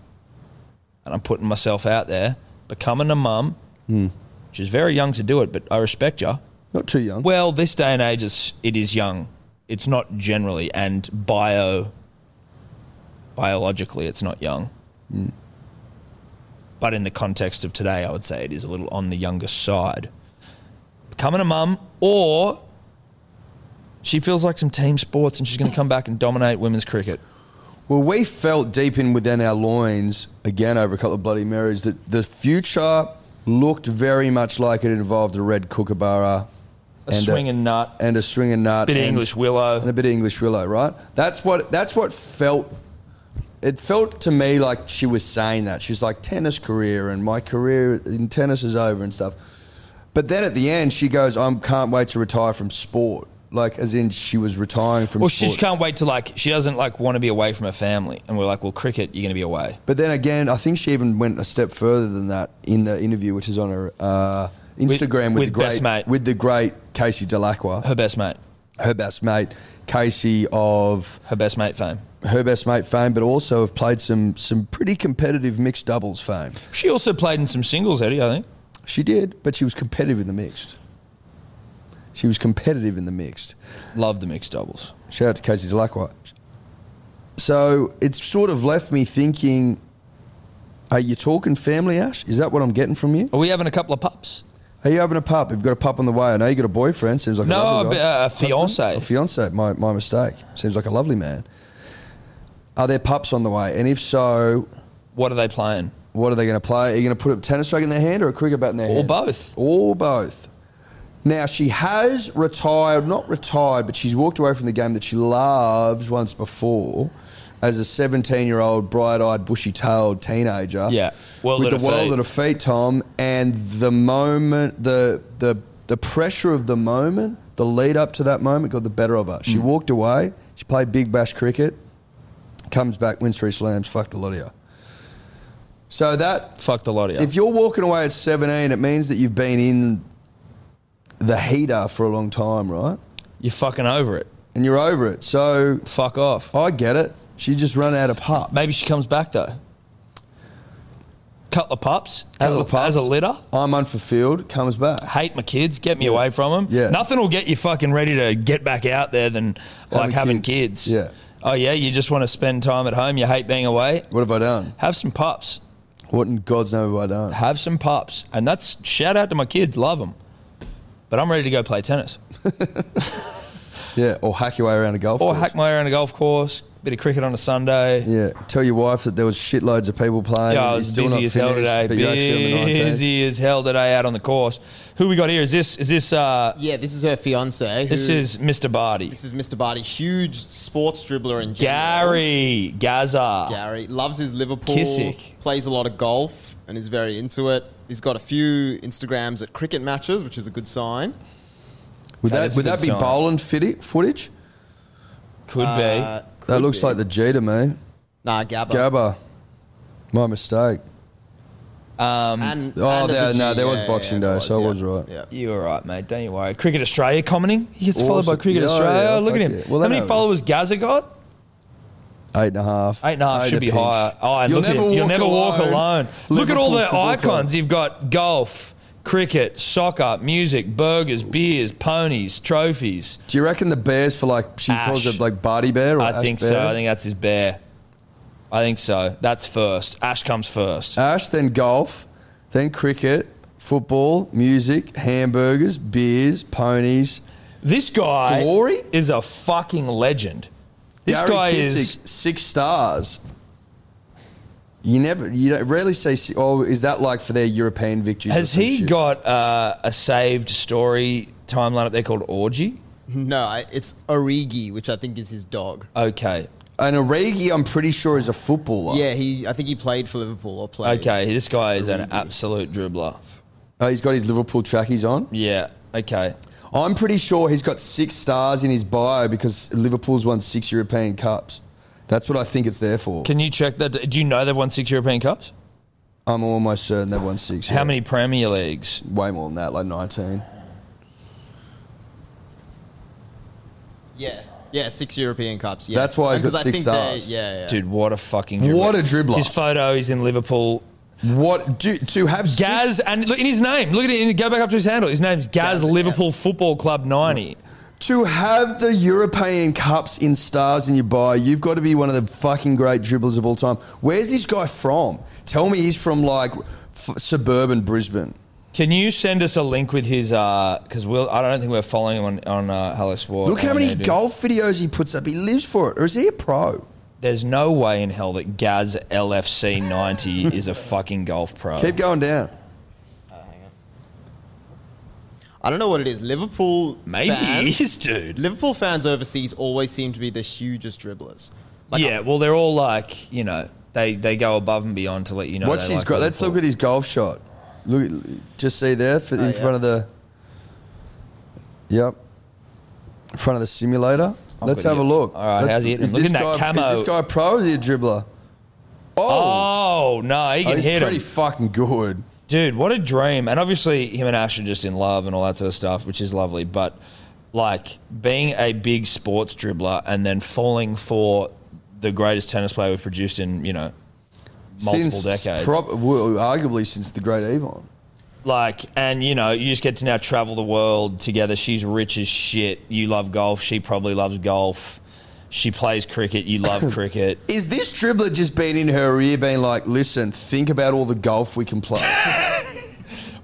Speaker 2: and I'm putting myself out there, becoming a mum, which is very young to do it, but I respect you.
Speaker 3: Not too young.
Speaker 2: Well, this day and age, it's, it is young. It's not generally, and bio, biologically, it's not young.
Speaker 3: Mm.
Speaker 2: But in the context of today, I would say it is a little on the younger side. Becoming a mum, or she feels like some team sports, and she's going to come back and dominate women's cricket.
Speaker 3: Well, we felt deep in within our loins, again over a couple of Bloody Marys, that the future looked very much like it involved a red kookaburra
Speaker 2: A swinging nut.
Speaker 3: uh, and a swing and nut,
Speaker 2: Bit of
Speaker 3: and-
Speaker 2: English willow.
Speaker 3: and a bit of English willow, right? That's what that's what felt. It felt to me like she was saying that she was like tennis career and my career in tennis is over and stuff. But then at the end, she goes, "I can't wait to retire from sport." Like as in she was retiring from.
Speaker 2: Well, she
Speaker 3: sport.
Speaker 2: just can't wait to like. She doesn't like want to be away from her family, and we're like, well, cricket, you're gonna be away.
Speaker 3: But then again, I think she even went a step further than that in the interview, which is on her uh, Instagram with,
Speaker 2: with
Speaker 3: the great
Speaker 2: best mate.
Speaker 3: with the great Casey Delacroix,
Speaker 2: Her best mate,
Speaker 3: her best mate, Casey of
Speaker 2: her best mate fame.
Speaker 3: her best mate fame, but also have played some some pretty competitive mixed doubles fame.
Speaker 2: She also played in some singles, Eddie. I think.
Speaker 3: She did, but she was competitive in the mixed. She was competitive in the mixed.
Speaker 2: Love the mixed doubles.
Speaker 3: Shout out to Casey Delacroix. So it's sort of left me thinking: Are you talking family, Ash? Is that what I'm getting from you?
Speaker 2: Are we having a couple of pups?
Speaker 3: Are you having a pup? You've got a pup on the way. I know you got a boyfriend. Seems like a
Speaker 2: No, a,
Speaker 3: lovely
Speaker 2: bit-
Speaker 3: guy.
Speaker 2: uh, a fiance.
Speaker 3: a fiance. My my mistake. Seems like a lovely man. Are there pups on the way? And if so,
Speaker 2: What are they playing?
Speaker 3: what are they going to play? Are you going to put a tennis racket in their hand or a cricket bat in their
Speaker 2: Or
Speaker 3: hand?
Speaker 2: both.
Speaker 3: Or both. Now she has retired, not retired, but she's walked away from the game that she loves once before. As a 17 year old, bright eyed, bushy tailed teenager.
Speaker 2: Yeah. World
Speaker 3: with
Speaker 2: at
Speaker 3: the
Speaker 2: her
Speaker 3: world
Speaker 2: feet.
Speaker 3: at her feet, Tom. And the moment, the, the, the pressure of the moment, the lead up to that moment got the better of her. She
Speaker 2: Mm.
Speaker 3: walked away. She played Big Bash cricket, comes back, wins three slams, fucked a lot of you. So that
Speaker 2: Fuck the lot of you.
Speaker 3: if you're walking away at 17, it means that you've been in the heater for a long time, right?
Speaker 2: You're fucking over it.
Speaker 3: And you're over it. So
Speaker 2: Fuck off.
Speaker 3: I get it. She just run out of pop.
Speaker 2: Maybe she comes back though. Couple of pups. as, a,
Speaker 3: Couple of pups.
Speaker 2: as a litter.
Speaker 3: I'm unfulfilled, comes back.
Speaker 2: Hate my kids. Get me away from them.
Speaker 3: Yeah.
Speaker 2: Nothing will get you fucking ready to get back out there than like having kids.
Speaker 3: Yeah.
Speaker 2: Oh yeah, you just want to spend time at home. You hate being away.
Speaker 3: What have I done?
Speaker 2: Have some pups.
Speaker 3: What in God's name have I done?
Speaker 2: Have some pups. And that's shout out to my kids. Love them. But I'm ready to go play tennis
Speaker 3: Yeah, or hack your way around a golf
Speaker 2: or
Speaker 3: course.
Speaker 2: hack my way around a golf course. Bit of cricket on a Sunday.
Speaker 3: yeah, tell your wife that there was shitloads of people playing.
Speaker 2: Yeah,
Speaker 3: and
Speaker 2: I
Speaker 3: you're
Speaker 2: was
Speaker 3: still
Speaker 2: busy
Speaker 3: not
Speaker 2: as hell
Speaker 3: finished,
Speaker 2: today.
Speaker 3: But you're actually on the 19th.
Speaker 2: Busy as hell today out on the course. Who we got here? Is this is this uh
Speaker 4: Yeah, this is her fiance.
Speaker 2: this is Mr. Barty.
Speaker 4: this is Mr. Barty, huge sports dribbler and
Speaker 2: Gary Gaza.
Speaker 4: Gary loves his Liverpool.
Speaker 2: Oh. Kissick.
Speaker 4: Plays a lot of golf and is very into it. He's got a few Instagrams at cricket matches, which is a good sign.
Speaker 3: Would
Speaker 2: That
Speaker 3: that,
Speaker 2: is a
Speaker 3: would
Speaker 2: good
Speaker 3: that be
Speaker 2: sign.
Speaker 3: bowling fitty, footage?
Speaker 2: Could
Speaker 4: Uh,
Speaker 3: that
Speaker 4: could
Speaker 3: looks
Speaker 4: be.
Speaker 3: like the G to me.
Speaker 4: nah Gabba.
Speaker 3: Gabba, my mistake.
Speaker 4: Um, And,
Speaker 3: Oh,
Speaker 4: and of
Speaker 3: there-
Speaker 4: the
Speaker 3: no,
Speaker 4: G,
Speaker 3: there was
Speaker 4: yeah,
Speaker 3: Boxing
Speaker 4: yeah,
Speaker 3: Day,
Speaker 4: it
Speaker 3: so I
Speaker 4: yeah.
Speaker 3: was right.
Speaker 4: Yeah.
Speaker 2: be. You're all right, mate. Don't you worry. Cricket Australia commenting. He gets followed by
Speaker 3: Awesome.
Speaker 2: Cricket
Speaker 3: Yeah, oh,
Speaker 2: Australia.
Speaker 3: yeah,
Speaker 2: Look at
Speaker 3: fuck
Speaker 2: him.
Speaker 3: yeah. Well,
Speaker 2: How
Speaker 3: they
Speaker 2: many
Speaker 3: know.
Speaker 2: followers Gaza got?
Speaker 3: Eight and a half.
Speaker 2: Eight and a half should be higher. Oh, and look at him. You'll never walk alone. Look at all the icons. You've got golf, cricket, soccer, music, burgers, beers, ponies, trophies.
Speaker 3: Do you reckon the bears for like she
Speaker 2: Ash.
Speaker 3: calls it like Barty Bear or
Speaker 2: I
Speaker 3: Ash
Speaker 2: think
Speaker 3: Bear?
Speaker 2: so. I think that's his bear. I think so. That's first. Ash comes first.
Speaker 3: Ash, then golf, then cricket, football, music, hamburgers, beers, ponies.
Speaker 2: This guy
Speaker 3: Glory?
Speaker 2: is a fucking legend. This
Speaker 3: Gary
Speaker 2: guy
Speaker 3: Kissick,
Speaker 2: is
Speaker 3: six stars. You never, you don't rarely see. si- Oh, is that like for their European victories? or
Speaker 2: Has
Speaker 3: some
Speaker 2: he
Speaker 3: shit?
Speaker 2: got uh, a saved story timeline up there called Orgy?
Speaker 4: No, I- it's Origi, which I think is his dog.
Speaker 2: Okay.
Speaker 3: an Origi? I'm pretty sure is a footballer.
Speaker 4: Yeah, he. I think he played for Liverpool or played.
Speaker 2: Okay. This guy is an absolute dribbler.
Speaker 3: Oh, he's got his Liverpool trackies on.
Speaker 2: Yeah. Okay.
Speaker 3: I'm pretty sure he's got six stars in his bio because Liverpool's won six European Cups. That's what I think it's there for.
Speaker 2: Can you check that? Do you know they've won six European Cups?
Speaker 3: I'm almost certain they've won six.
Speaker 2: How
Speaker 3: yeah.
Speaker 2: many Premier Leagues?
Speaker 3: Way more than that, like 19.
Speaker 4: Yeah. Yeah, six European Cups. Yeah,
Speaker 3: That's why he's
Speaker 4: And
Speaker 3: got
Speaker 4: 'cause
Speaker 3: six
Speaker 4: I think they-
Speaker 3: stars.
Speaker 4: Yeah, yeah.
Speaker 2: Dude, what a fucking dribbler.
Speaker 3: What a dribbler.
Speaker 2: His photo is in Liverpool.
Speaker 3: What do, to have
Speaker 2: Gaz,
Speaker 3: six,
Speaker 2: and look in his name. Look at it. Go back up to his handle. His name's Gaz,
Speaker 4: Gaz, yeah.
Speaker 2: Liverpool Football Club 90.
Speaker 3: to have the European Cups in stars in your bio, you've got to be one of the fucking great dribblers of all time. Where's this guy from? Tell me he's from like f- suburban Brisbane.
Speaker 2: Can you send us a link with his? Because we'll. I don't think we're following him on on uh, Hello Sport.
Speaker 3: Look how
Speaker 2: I
Speaker 3: many
Speaker 2: know, dude.
Speaker 3: golf videos he puts up. He lives for it. Or is he a pro?
Speaker 2: There's no way in hell that Gaz LFC 90 is a fucking golf pro.
Speaker 3: Keep going down.
Speaker 4: I don't know what it is. Liverpool
Speaker 2: Maybe
Speaker 4: fans-
Speaker 2: he is, dude.
Speaker 4: Liverpool fans overseas always seem to be the hugest dribblers.
Speaker 2: yeah, well, they're all like, you know, they, they go above and beyond to let you know.
Speaker 3: Watch
Speaker 2: they
Speaker 3: his.
Speaker 2: like
Speaker 3: go- let's look
Speaker 2: Liverpool.
Speaker 3: at his golf shot. Look, just see there for,
Speaker 2: Oh,
Speaker 3: in
Speaker 4: yeah.
Speaker 3: front of the. Yep. In front of the simulator.
Speaker 2: I'm
Speaker 3: let's
Speaker 2: good,
Speaker 3: have a
Speaker 2: yeah.
Speaker 3: look.
Speaker 2: All right,
Speaker 3: Let's-
Speaker 2: how's he hitting?
Speaker 3: is
Speaker 2: Look
Speaker 3: this
Speaker 2: at that
Speaker 3: guy-
Speaker 2: camo.
Speaker 3: Is this guy a pro? Or is he a dribbler? Oh,
Speaker 2: Oh, no, he
Speaker 3: Oh,
Speaker 2: can
Speaker 3: he's
Speaker 2: hit
Speaker 3: pretty
Speaker 2: him.
Speaker 3: fucking good.
Speaker 2: Dude, what a dream. And obviously, him and Ash are just in love and all that sort of stuff, which is lovely. But, like, being a big sports dribbler and then falling for the greatest tennis player we've produced in, you know, multiple
Speaker 3: since
Speaker 2: decades.
Speaker 3: prob- well, arguably since the Great Avon.
Speaker 2: Like, and you know, you just get to now travel the world together. She's rich as shit. You love golf. She probably loves golf. She plays cricket. You love cricket.
Speaker 3: Is this dribbler just been in her ear, being like, "Listen, think about all the golf we can play."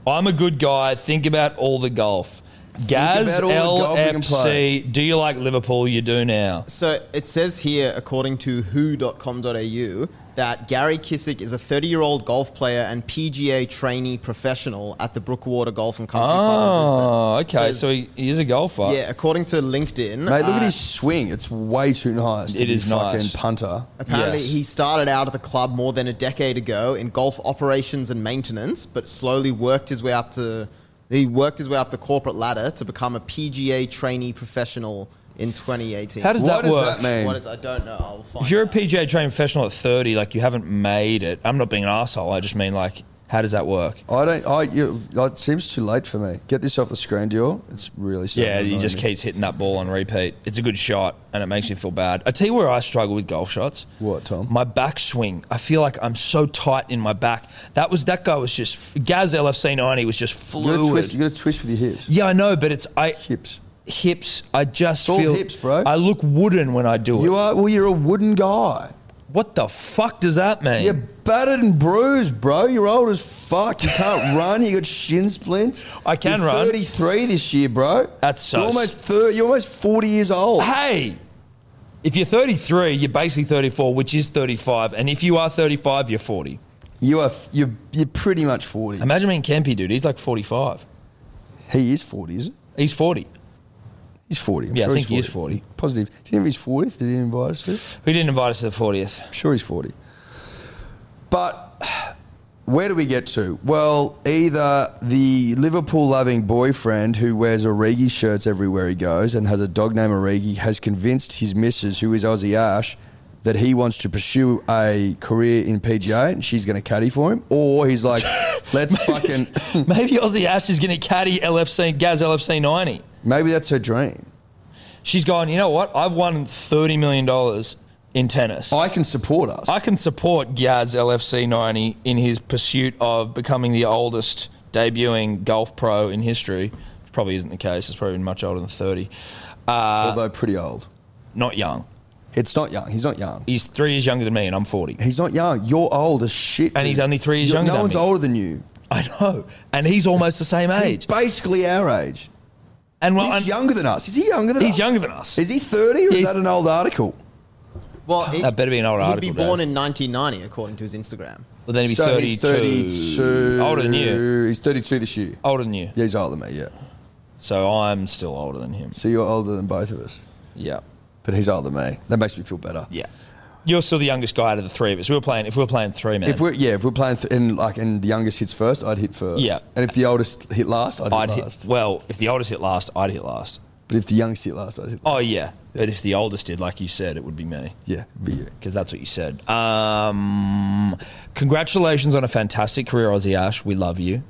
Speaker 2: I'm a good guy. Think about all the golf. Gaz
Speaker 3: about all the golf we can play.
Speaker 2: LFC. Do you like Liverpool? You do now.
Speaker 4: So it says here, according to who.com.au, that Gary Kissick is a 30 year old golf player and PGA trainee professional at the Brookwater Golf and Country
Speaker 2: Oh,
Speaker 4: Club. in Brisbane.
Speaker 2: okay.
Speaker 4: It says-
Speaker 2: So he, he is a golfer.
Speaker 4: yeah, according to LinkedIn,
Speaker 3: Mate, look
Speaker 4: uh,
Speaker 3: at his swing. It's way too nice. To
Speaker 2: It
Speaker 3: be
Speaker 2: is
Speaker 3: fucking
Speaker 2: nice.
Speaker 3: punter.
Speaker 4: Apparently,
Speaker 2: Yes.
Speaker 4: he started out at the club more than a decade ago in golf operations and maintenance, but slowly worked his way up to he worked his way up the corporate ladder to become a PGA trainee professional in 2018.
Speaker 2: How does
Speaker 3: What
Speaker 2: that
Speaker 3: does
Speaker 2: work?
Speaker 3: that mean?
Speaker 4: What is I don't know. I'll find.
Speaker 2: If you're a
Speaker 4: out.
Speaker 2: PGA trained professional at 30, like you haven't made it. I'm not being an asshole. I just mean like, how does that work?
Speaker 3: I don't. I you, it seems too late for me. Get this off the screen, Dior. It's really. starting
Speaker 2: Yeah,
Speaker 3: to
Speaker 2: he
Speaker 3: annoy
Speaker 2: just
Speaker 3: me.
Speaker 2: keeps hitting that ball on repeat. It's a good shot, and it makes you feel bad. I tell you where I struggle with golf shots.
Speaker 3: What, Tom?
Speaker 2: My backswing. I feel like I'm so tight in my back. That was that guy was just Gaz LFC ninety was just
Speaker 3: You gotta
Speaker 2: fluid.
Speaker 3: twist. You gotta twist with your hips.
Speaker 2: yeah, I know, but it's I
Speaker 3: Hips.
Speaker 2: hips. I just
Speaker 3: It's all
Speaker 2: feel
Speaker 3: hips, bro.
Speaker 2: I look wooden when I do it.
Speaker 3: You are. Well, you're a wooden guy.
Speaker 2: what the fuck does that mean?
Speaker 3: You're battered and bruised, bro. You're old as fuck. You can't run. You got shin splints.
Speaker 2: I can
Speaker 3: you're
Speaker 2: run.
Speaker 3: 33 this year, bro.
Speaker 2: That's Ah. so
Speaker 3: You're almost 30, You're almost 40 years old.
Speaker 2: hey. If you're 33, you're basically 34, which is 35. And if you are 35, you're 40.
Speaker 3: You are. f- You're. You're pretty much 40.
Speaker 2: Imagine being Kempy, dude. He's like 45.
Speaker 3: he is 40, is it?
Speaker 2: He's 40.
Speaker 3: He's 40. I'm
Speaker 2: Yeah, I
Speaker 3: sure
Speaker 2: think he
Speaker 3: he's
Speaker 2: is
Speaker 3: 40.
Speaker 2: 40.
Speaker 3: Positive. Do you know if he's 40th? Did he invite us to? it?
Speaker 2: Who didn't invite us to the 40th?
Speaker 3: I'm sure he's 40. But where do we get to? Well, either the Liverpool loving boyfriend who wears Origi shirts everywhere he goes and has a dog named Origi has convinced his missus, who is Aussie Ash, that he wants to pursue a career in PGA and she's going to caddy for him, or he's like, let's fucking.
Speaker 2: Maybe Aussie Ash is going to caddy LFC, Gaz LFC 90.
Speaker 3: Maybe that's her dream.
Speaker 2: She's going, you know what? I've won $30 million in tennis.
Speaker 3: I can support us.
Speaker 2: I can support Gaz LFC 90 in his pursuit of becoming the oldest debuting golf pro in history, which probably isn't the case. It's probably much older than 30. Uh,
Speaker 3: although pretty old.
Speaker 2: not young.
Speaker 3: It's not young. He's not young.
Speaker 2: He's three years younger than me, and I'm 40.
Speaker 3: He's not young. You're old as shit.
Speaker 2: And
Speaker 3: dude.
Speaker 2: he's only three years
Speaker 3: You're-
Speaker 2: younger
Speaker 3: No
Speaker 2: than
Speaker 3: one's
Speaker 2: me.
Speaker 3: older than you.
Speaker 2: I know. And he's almost the same
Speaker 3: He's
Speaker 2: age.
Speaker 3: basically our age.
Speaker 2: And well,
Speaker 3: He's
Speaker 2: and-
Speaker 3: younger than us. Is he younger than us?
Speaker 2: he's younger than us.
Speaker 3: Is he 30 or is
Speaker 2: He's-
Speaker 3: that an old article?
Speaker 4: well, it-
Speaker 2: That better be an old
Speaker 4: He'd
Speaker 2: article,
Speaker 4: be born
Speaker 2: Dave.
Speaker 4: in 1990, according to his Instagram.
Speaker 2: Well, then he'd be
Speaker 3: So
Speaker 2: 32.
Speaker 3: he's 32.
Speaker 2: Older than you.
Speaker 3: He's 32 this year.
Speaker 2: Older than you.
Speaker 3: Yeah, he's older than me, yeah.
Speaker 2: So I'm still older than him.
Speaker 3: So you're older than both of us.
Speaker 2: Yeah.
Speaker 3: But he's older than me. That makes me feel better.
Speaker 2: Yeah. You're still the youngest guy out of the three of us. We were playing, if we were playing three, man.
Speaker 3: If we're yeah, if we're playing th- and like and the youngest hits first, I'd hit first.
Speaker 2: Yeah.
Speaker 3: And if the oldest hit last, I'd,
Speaker 2: I'd
Speaker 3: hit
Speaker 2: hit,
Speaker 3: last.
Speaker 2: well, if the oldest hit last, I'd hit last.
Speaker 3: But if the youngest hit last, I'd hit last.
Speaker 2: Oh, yeah. But if the oldest did, like you said, it would be me.
Speaker 3: Yeah, it'd be you.
Speaker 2: Because that's what you said. Um, congratulations on a fantastic career, Aussie Ash. We love you.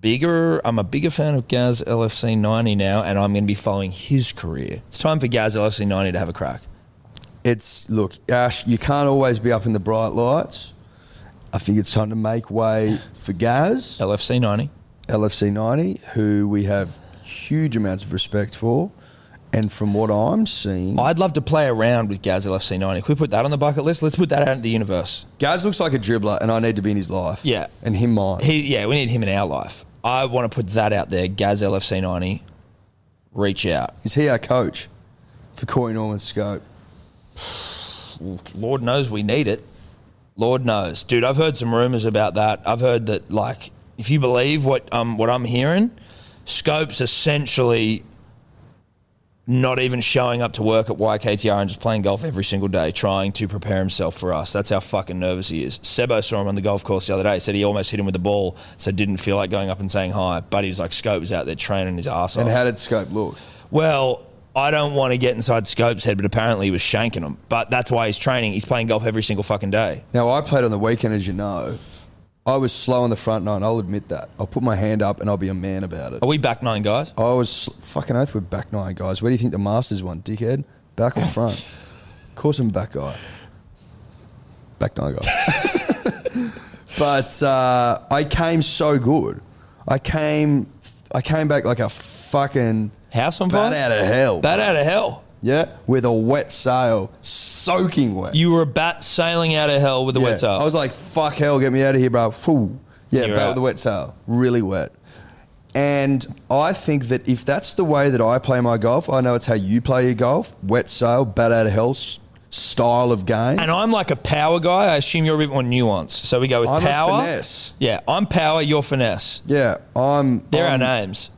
Speaker 2: Bigger, I'm a bigger fan of Gaz LFC 90 now, and I'm going to be following his career. It's time for Gaz LFC 90 to have a crack.
Speaker 3: it's look, Ash, you can't always be up in the bright lights. I think it's time to make way for Gaz,
Speaker 2: LFC 90.
Speaker 3: LFC 90, who we have huge amounts of respect for. And from what I'm seeing,
Speaker 2: I'd love to play around with Gaz LFC 90. Can we put that on the bucket list? Let's put that out into the universe.
Speaker 3: Gaz looks like a dribbler, and I need to be in his life.
Speaker 2: Yeah.
Speaker 3: And him mine.
Speaker 2: He, yeah, we need him in our life. I want to put that out there. Gaz LFC 90, reach out.
Speaker 3: Is he our coach for Corey Norman Scope?
Speaker 2: Lord knows we need it. Lord knows, dude. I've heard some rumors about that. I've heard that like if you believe what um what I'm hearing, Scope's essentially not even showing up to work at YKTR and just playing golf every single day, trying to prepare himself for us. That's how fucking nervous he is. Sebo saw him on the golf course the other day, said he almost hit him with the ball, so didn't feel like going up and saying hi. But he was like, Scope's out there training his ass off.
Speaker 3: And how did Scope look?
Speaker 2: Well, I don't want to get inside Scope's head, but apparently he was shanking him. But that's why he's training. He's playing golf every single fucking day.
Speaker 3: Now, I played on the weekend, as you know. I was slow on the front nine. I'll admit that. I'll put my hand up and I'll be a man about it.
Speaker 2: Are we back nine guys?
Speaker 3: I was sl- fucking oath with back nine, guys. Where do you think the Masters won, dickhead? Back or front? of course I'm back guy. Back nine guy. but uh, I came so good. I came, I came back like a fucking
Speaker 2: House on fire?
Speaker 3: bat out of hell.
Speaker 2: Bat out of hell.
Speaker 3: yeah, with a wet sail, soaking wet.
Speaker 2: You were a bat sailing out of hell with the
Speaker 3: Yeah.
Speaker 2: wet sail.
Speaker 3: I was like, "Fuck hell, get me out of here, bro." Whew. Yeah,
Speaker 2: You're
Speaker 3: bat
Speaker 2: out.
Speaker 3: with the wet tail, really wet. And I think that if that's the way that I play my golf, I know it's how you play your golf: wet sail, bat out of hell s- style of game.
Speaker 2: and I'm like a power guy. I assume you're a bit more nuanced. So we go with
Speaker 3: I'm a
Speaker 2: power.
Speaker 3: finesse.
Speaker 2: Yeah, I'm power. You're finesse.
Speaker 3: yeah, I'm.
Speaker 2: They're eh?
Speaker 3: I'm,
Speaker 2: our names.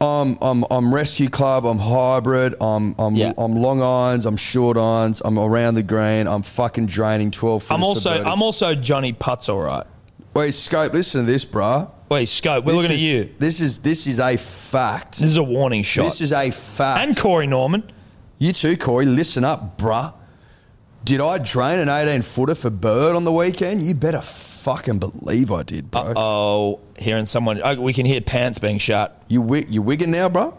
Speaker 3: I'm, I'm I'm rescue club. I'm hybrid. I'm I'm
Speaker 2: Yeah.
Speaker 3: I'm long irons. I'm short irons. I'm around the green. I'm fucking draining twelve.
Speaker 2: I'm
Speaker 3: footers for
Speaker 2: also
Speaker 3: birdie.
Speaker 2: I'm also Johnny Putts. All right.
Speaker 3: Wait, scope. Listen to this, bruh.
Speaker 2: Wait, scope. We're
Speaker 3: This
Speaker 2: looking
Speaker 3: is-
Speaker 2: at you.
Speaker 3: This is this is a fact.
Speaker 2: This is a warning shot.
Speaker 3: This is a fact.
Speaker 2: and Corey Norman.
Speaker 3: You too, Corey. Listen up, bruh. Did I drain an 18 footer for Bird on the weekend? You better fucking believe I did, bro.
Speaker 2: Oh, hearing someone. Oh, we can hear pants being shut.
Speaker 3: You wi- you wigging now, bruh?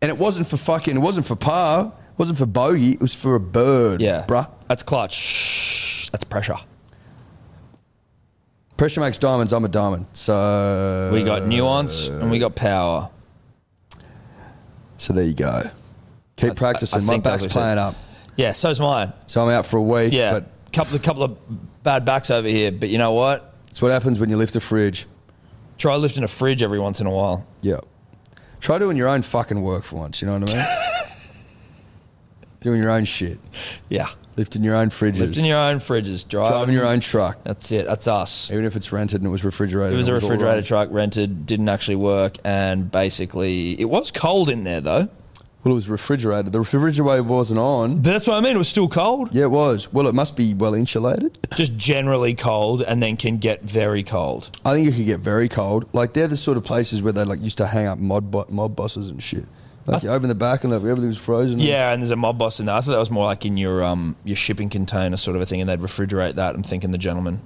Speaker 3: And it wasn't for fucking, it wasn't for par, it wasn't for bogey, it was for a bird,
Speaker 2: Yeah,
Speaker 3: bruh.
Speaker 2: That's clutch. That's pressure.
Speaker 3: Pressure makes diamonds. I'm a diamond. So
Speaker 2: We got nuance and we got power.
Speaker 3: So there you go. Keep practicing. My
Speaker 2: think that
Speaker 3: back's
Speaker 2: was it.
Speaker 3: playing up,
Speaker 2: Yeah, so's mine.
Speaker 3: so I'm out for a week.
Speaker 2: Yeah,
Speaker 3: but
Speaker 2: couple of couple of bad backs over here, but you know what?
Speaker 3: it's what happens when you lift a fridge.
Speaker 2: Try lifting a fridge every once in a while.
Speaker 3: Yeah. Try doing your own fucking work for once. You know what I mean? doing your own shit.
Speaker 2: Yeah,
Speaker 3: Lifting your own fridges.
Speaker 2: lifting your own fridges, driving,
Speaker 3: driving your own truck.
Speaker 2: That's it. That's us.
Speaker 3: Even if it's rented and it was refrigerated.
Speaker 2: It was a
Speaker 3: all
Speaker 2: refrigerator
Speaker 3: right.
Speaker 2: truck rented, didn't actually work, and basically it was cold in there though.
Speaker 3: Well, it was refrigerated. The refrigerator wasn't on.
Speaker 2: But that's what I mean. It was still cold,
Speaker 3: Yeah, it was. Well, it must be well insulated.
Speaker 2: just generally cold, and then can get very cold.
Speaker 3: I think it could get very cold. Like they're the sort of places where they like used to hang up mob bo- mob bosses and shit. Like you open the back and like, everything's frozen.
Speaker 2: Yeah, and there's a mob boss in there. I thought that was more like in your um your shipping container sort of a thing, and they'd refrigerate that. I'm thinking the gentleman.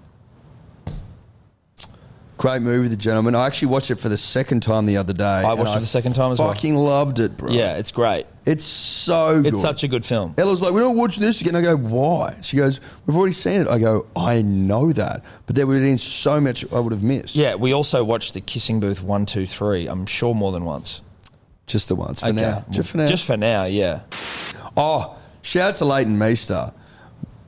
Speaker 3: Great movie, The Gentleman. I actually watched it for the second time the other day. I
Speaker 2: watched it the second time as well.
Speaker 3: Fucking loved it, bro.
Speaker 2: Yeah, it's great.
Speaker 3: It's so good.
Speaker 2: It's such a good film.
Speaker 3: Ella's like, we're not watching this again. I go, why? She goes, we've already seen it. I go, I know that, but there would have been so much I would have missed.
Speaker 2: Yeah, we also watched the Kissing Booth one, two, three. I'm sure more than once.
Speaker 3: just the ones for
Speaker 2: Okay.
Speaker 3: now. Just for now.
Speaker 2: Just for now, yeah.
Speaker 3: oh, shout out to Leighton Meester,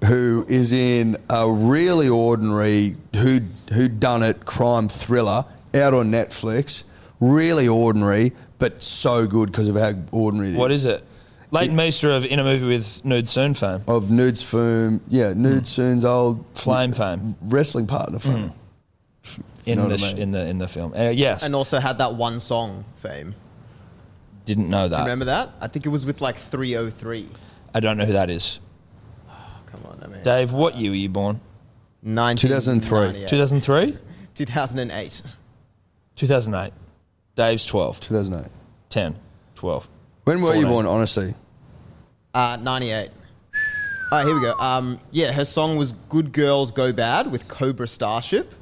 Speaker 3: who is in a really ordinary who who done it crime thriller out on Netflix. Really ordinary, but so good because of how ordinary it is.
Speaker 2: What is it? Leighton Meester of in a movie with Nude Soon fame,
Speaker 3: Of Nudes Foom, yeah, Nudes Soon's old
Speaker 2: Hmm. Flame Hmm. fame,
Speaker 3: wrestling partner from.
Speaker 2: in the
Speaker 3: know what I
Speaker 2: sh
Speaker 3: mean.
Speaker 2: in the in the film. Uh, yes,
Speaker 4: And also had that one song fame.
Speaker 2: didn't know that.
Speaker 4: Do you remember that? I think it was with like 303.
Speaker 2: I don't know who that is.
Speaker 4: Come on, I mean.
Speaker 2: Dave, what year were you born?
Speaker 3: 2003.
Speaker 4: 1998.
Speaker 2: 2003,
Speaker 4: 2008.
Speaker 2: 2008. Dave's 12,
Speaker 3: 2008.
Speaker 2: 10, 12.
Speaker 3: When were you
Speaker 2: 14.
Speaker 3: born, honestly?
Speaker 4: Uh, 98. All right, here we go. Um, yeah, her song was Good Girls Go Bad with Cobra Starship.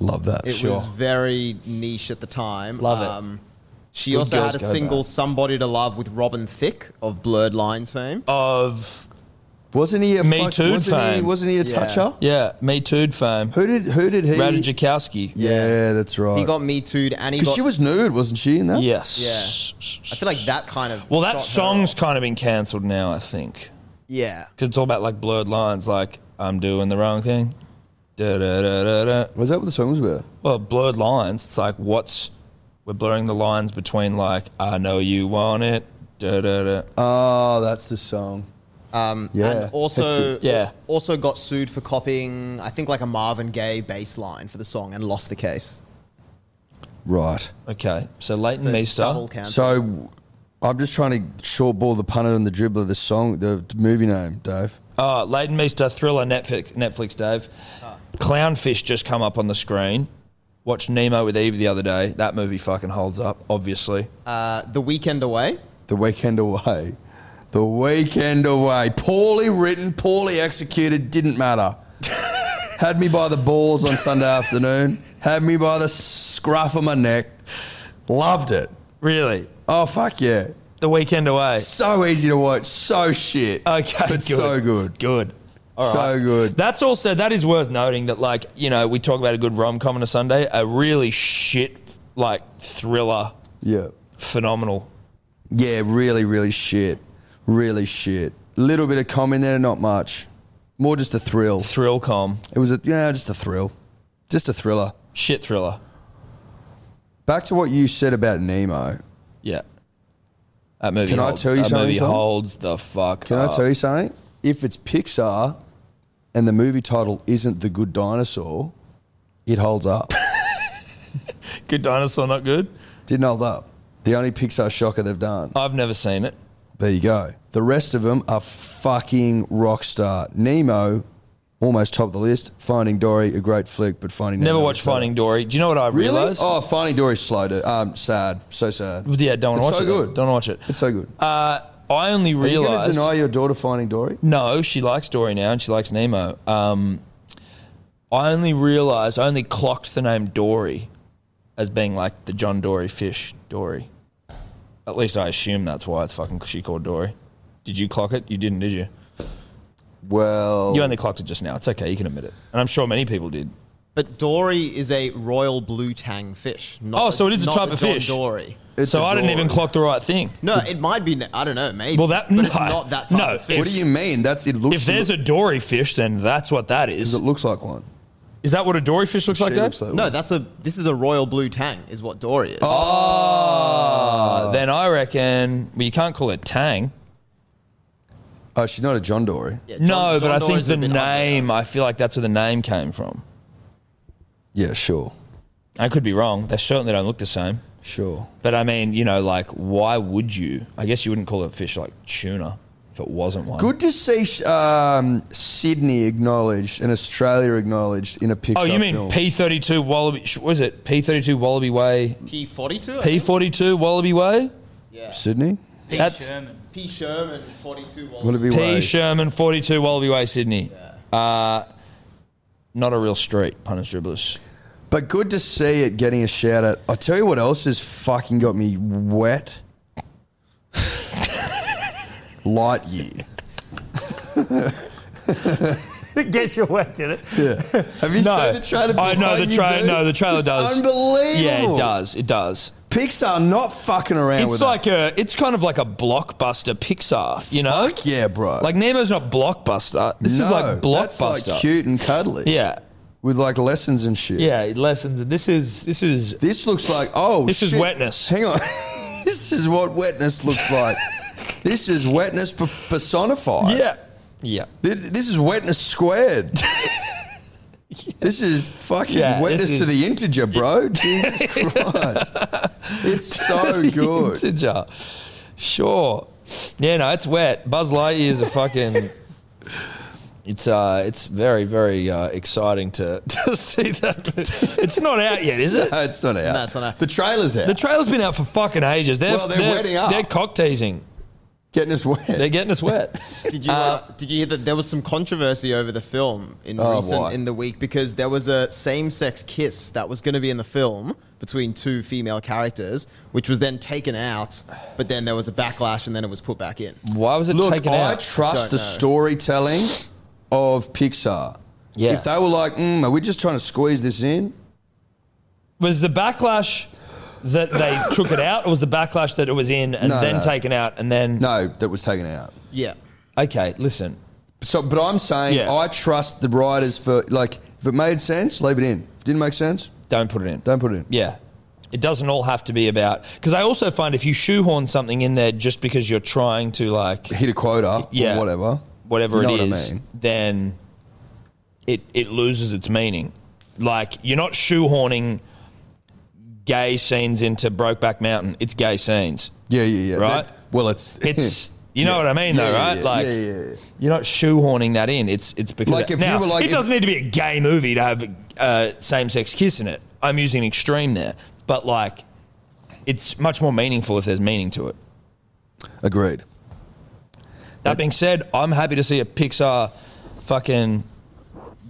Speaker 3: Love that.
Speaker 4: It was very niche at the time. Um,
Speaker 2: Love it.
Speaker 4: she
Speaker 3: Good
Speaker 4: also had a
Speaker 3: Girls Go
Speaker 4: single
Speaker 3: Bad.
Speaker 4: Somebody to Love with Robin Thicke of Blurred Lines fame.
Speaker 2: Of
Speaker 3: Wasn't he a
Speaker 2: Me
Speaker 3: fuck-
Speaker 2: Too
Speaker 3: wasn't He,
Speaker 2: fame.
Speaker 3: wasn't he a
Speaker 4: Yeah.
Speaker 3: toucher?
Speaker 2: yeah, Me Too fame.
Speaker 3: Who did who did he?
Speaker 2: Rada Jakowski.
Speaker 3: yeah, that's
Speaker 2: Oh.
Speaker 3: right.
Speaker 4: He got Me Too'd and he
Speaker 3: because
Speaker 4: got.
Speaker 3: she was nude, wasn't she? In that,
Speaker 2: Yes.
Speaker 4: I feel like that kind of.
Speaker 2: Well,
Speaker 4: shot
Speaker 2: that
Speaker 4: her
Speaker 2: song's
Speaker 4: off.
Speaker 2: kind of been cancelled now, I think.
Speaker 4: Yeah.
Speaker 2: Because it's all about like blurred lines, like I'm doing the wrong thing. Da, da, da, da, da.
Speaker 3: Was that what the song was about?
Speaker 2: Well, blurred lines. It's like what's we're blurring the lines between like I know you want it. Da, da, da.
Speaker 3: Oh, that's the song.
Speaker 4: Um,
Speaker 3: Yeah,
Speaker 4: And also,
Speaker 3: hectic.
Speaker 2: Yeah.
Speaker 4: also got sued for copying, I think, like a Marvin Gaye bass line for the song and lost the case.
Speaker 3: Right.
Speaker 2: Okay, so Leighton
Speaker 4: It's a
Speaker 2: Meester.
Speaker 4: double count.
Speaker 3: So I'm just trying to shortball the punter and the dribbler, the song, the movie name, Dave.
Speaker 2: Oh, Leighton Meester thriller Netflix, Netflix Dave.
Speaker 3: Ah.
Speaker 2: Clownfish just come up on the screen. Watched Nemo with Eve the other day. That movie fucking holds up, obviously.
Speaker 3: Ah.
Speaker 4: uh, the weekend away.
Speaker 3: The Weekend Away. The Weekend Away. Poorly written, poorly executed, didn't matter. Had me by the balls on Sunday afternoon. Had me by the scruff of my neck. Loved it.
Speaker 2: Really?
Speaker 3: Oh, fuck yeah.
Speaker 2: The weekend away.
Speaker 3: So easy to watch. So shit.
Speaker 2: Okay,
Speaker 3: But
Speaker 2: good.
Speaker 3: so good.
Speaker 2: Good. All
Speaker 3: So
Speaker 2: right.
Speaker 3: good.
Speaker 2: That's also that is worth noting that like, you know, we talk about a good rom com on a Sunday, a really shit like thriller
Speaker 3: Yeah.
Speaker 2: phenomenal.
Speaker 3: Yeah, really, really shit. Really shit. Little bit of com in there, not much. More just a thrill.
Speaker 2: Thrill com.
Speaker 3: It was a yeah, just a thrill. Just a thriller.
Speaker 2: Shit thriller.
Speaker 3: Back to what you said about Nemo.
Speaker 2: Yeah. That movie
Speaker 3: Can I
Speaker 2: holds,
Speaker 3: tell you
Speaker 2: that
Speaker 3: something,
Speaker 2: movie
Speaker 3: Tom?
Speaker 2: holds the fuck
Speaker 3: Can
Speaker 2: up.
Speaker 3: I tell you something? If it's Pixar and the movie title isn't The Good Dinosaur, it holds up.
Speaker 2: Good dinosaur, not good.
Speaker 3: Didn't hold up. The only Pixar shocker they've done.
Speaker 2: I've never seen it.
Speaker 3: There you go. The rest of them are fucking rock star. Nemo, almost top of the list. Finding Dory, a great flick, but Finding
Speaker 2: Never
Speaker 3: Nemo
Speaker 2: watched
Speaker 3: is better.
Speaker 2: Finding Dory. Do you know what I
Speaker 3: Really?
Speaker 2: realized?
Speaker 3: Oh, Finding Dory's slow. To, um, sad. So sad.
Speaker 2: yeah. Don't want to
Speaker 3: It's
Speaker 2: watch
Speaker 3: so
Speaker 2: it.
Speaker 3: good.
Speaker 2: Don't want to watch it.
Speaker 3: It's so good.
Speaker 2: Uh, I only
Speaker 3: Are you going to
Speaker 2: realized.
Speaker 3: deny your daughter Finding Dory?
Speaker 2: no, she likes Dory now, and she likes Nemo. Um, I only realized. I only clocked the name Dory as being like the John Dory fish Dory. At least I assume that's why it's fucking she called Dory. Did you clock it? You didn't, did you?
Speaker 3: Well,
Speaker 2: You only clocked it just now. It's okay. You can admit it, and I'm sure many people did.
Speaker 4: But dory is a royal blue tang fish. Not
Speaker 2: Oh,
Speaker 4: a-
Speaker 2: so it is a
Speaker 4: not
Speaker 2: type
Speaker 4: the
Speaker 2: of
Speaker 4: John
Speaker 2: fish.
Speaker 4: Dory.
Speaker 3: it's
Speaker 2: so
Speaker 3: a
Speaker 2: I didn't even
Speaker 3: Dory.
Speaker 2: clock the right thing.
Speaker 4: No, it might be. I don't know. Maybe.
Speaker 2: Well, that-
Speaker 4: but it's
Speaker 2: no.
Speaker 4: not that type
Speaker 2: No,
Speaker 4: of fish.
Speaker 2: if-
Speaker 3: What do you mean? That's it. Looks
Speaker 2: If there's a dory fish, then that's what that is.
Speaker 3: it looks like one.
Speaker 2: Is that what a dory fish looks like,
Speaker 3: She
Speaker 2: Dave?
Speaker 3: looks like
Speaker 4: No,
Speaker 3: one.
Speaker 4: that's a. This is a royal blue tang. Is what dory is.
Speaker 2: Oh, Uh, then I reckon well, you can't call it Tang.
Speaker 3: Oh, she's not a John Dory.
Speaker 4: Yeah, John-
Speaker 2: no,
Speaker 4: John
Speaker 2: but I think
Speaker 4: Dory's a
Speaker 2: the
Speaker 4: bit uglier.
Speaker 2: name. I feel like that's where the name came from.
Speaker 3: Yeah, sure,
Speaker 2: I could be wrong. They certainly don't look the same.
Speaker 3: sure.
Speaker 2: But I mean, you know, like why would you? I guess you wouldn't call it fish like tuna if it wasn't one.
Speaker 3: Good to see um, Sydney acknowledged and Australia acknowledged in a Pixar
Speaker 2: Oh, you mean
Speaker 3: film.
Speaker 2: P thirty two wallaby? sh- Was it P thirty two wallaby way?
Speaker 4: P forty two.
Speaker 2: P forty two wallaby way?
Speaker 4: Yeah.
Speaker 3: Sydney?
Speaker 5: Pete
Speaker 2: That's-
Speaker 5: Sherman.
Speaker 4: P Sherman forty two.
Speaker 3: Would it be
Speaker 2: P
Speaker 3: Waze?
Speaker 2: Sherman forty two wallaby way Sydney. Uh, not a real street, punters dribblers.
Speaker 3: But good to see it getting a shout out. I tell you what else has fucking got me wet. Lightyear.
Speaker 2: Guess you wet, did it?
Speaker 3: Have you
Speaker 2: No.
Speaker 3: seen the trailer? for
Speaker 2: I know the
Speaker 3: Lightyear,
Speaker 2: trailer.
Speaker 3: dude?
Speaker 2: No, the trailer
Speaker 3: It's
Speaker 2: does.
Speaker 3: Unbelievable.
Speaker 2: Yeah, it does. It does.
Speaker 3: Pixar not fucking around with
Speaker 2: It's like a. It's kind of like a blockbuster Pixar. You know,
Speaker 3: that. Fuck yeah, bro.
Speaker 2: like Nemo's not blockbuster. This is
Speaker 3: No,
Speaker 2: like blockbuster.
Speaker 3: That's like cute and cuddly.
Speaker 2: Yeah,
Speaker 3: With like lessons and shit.
Speaker 2: yeah. Lessons. This is. This is.
Speaker 3: This looks like oh
Speaker 2: This is
Speaker 3: shit.
Speaker 2: wetness.
Speaker 3: Hang on. this is what wetness looks like. this is wetness pe- personified.
Speaker 2: Yeah. Yeah.
Speaker 3: This, this is wetness squared. This is fucking
Speaker 2: Yeah, this
Speaker 3: wetness to
Speaker 2: is-
Speaker 3: the integer, bro. Jesus Christ. It's so Oh, good.
Speaker 2: Integer. Sure. Yeah. No, it's wet. Buzz Lightyear is a fucking. It's uh, it's very very uh, exciting to, to see that. It's not out yet, is it?
Speaker 3: No, it's not out.
Speaker 4: No, it's not out.
Speaker 3: The trailer's out.
Speaker 2: The trailer's been out for fucking ages. They're,
Speaker 3: Well, they're wetting up.
Speaker 2: They're cock teasing.
Speaker 3: Getting us wet.
Speaker 2: They're getting us wet.
Speaker 4: Did you uh, did you hear that there was some controversy over the film in
Speaker 3: Oh,
Speaker 4: recent
Speaker 3: why?
Speaker 4: in the week because there was a same sex kiss that was going to be in the film between two female characters, which was then taken out, but then there was a backlash and then it was put back in.
Speaker 2: Why was it
Speaker 3: Look,
Speaker 2: taken
Speaker 3: I
Speaker 2: out?
Speaker 3: trust
Speaker 4: Don't
Speaker 3: the
Speaker 4: know.
Speaker 3: storytelling of Pixar.
Speaker 2: Yeah.
Speaker 3: If they were like, mm, are we just trying to squeeze this in?
Speaker 2: was the backlash that they took it out, or was the backlash that it was in and
Speaker 3: No,
Speaker 2: then
Speaker 3: no.
Speaker 2: taken out and then?
Speaker 3: No, that was taken out.
Speaker 4: Yeah.
Speaker 2: Okay, listen.
Speaker 3: So, but I'm saying
Speaker 2: Yeah.
Speaker 3: I trust the writers for like if it made sense, leave it in. If it didn't make sense,
Speaker 2: Don't put it in.
Speaker 3: don't put it in.
Speaker 2: Yeah. It doesn't all have to be about because I also find if you shoehorn something in there just because you're trying to like
Speaker 3: Hit a quota,
Speaker 2: Yeah.
Speaker 3: or whatever,
Speaker 2: whatever
Speaker 3: You know
Speaker 2: it
Speaker 3: what I
Speaker 2: is,
Speaker 3: mean.
Speaker 2: then it it loses its meaning. Like you're not shoehorning gay scenes into Brokeback Mountain. It's gay scenes.
Speaker 3: Yeah, yeah, yeah.
Speaker 2: Right?
Speaker 3: That- well, it's
Speaker 2: It's you know what I mean though,
Speaker 3: Yeah, yeah,
Speaker 2: right?
Speaker 3: yeah,
Speaker 2: like
Speaker 3: yeah, yeah, yeah.
Speaker 2: you're not shoehorning that in. It's it's because
Speaker 3: Like, if
Speaker 2: now,
Speaker 3: you were like-
Speaker 2: it
Speaker 3: if-
Speaker 2: doesn't need to be a gay movie to have uh, same sex kiss in it. I'm using an extreme there, but like it's much more meaningful if there's meaning to it.
Speaker 3: agreed.
Speaker 2: That being said, I'm happy to see a Pixar fucking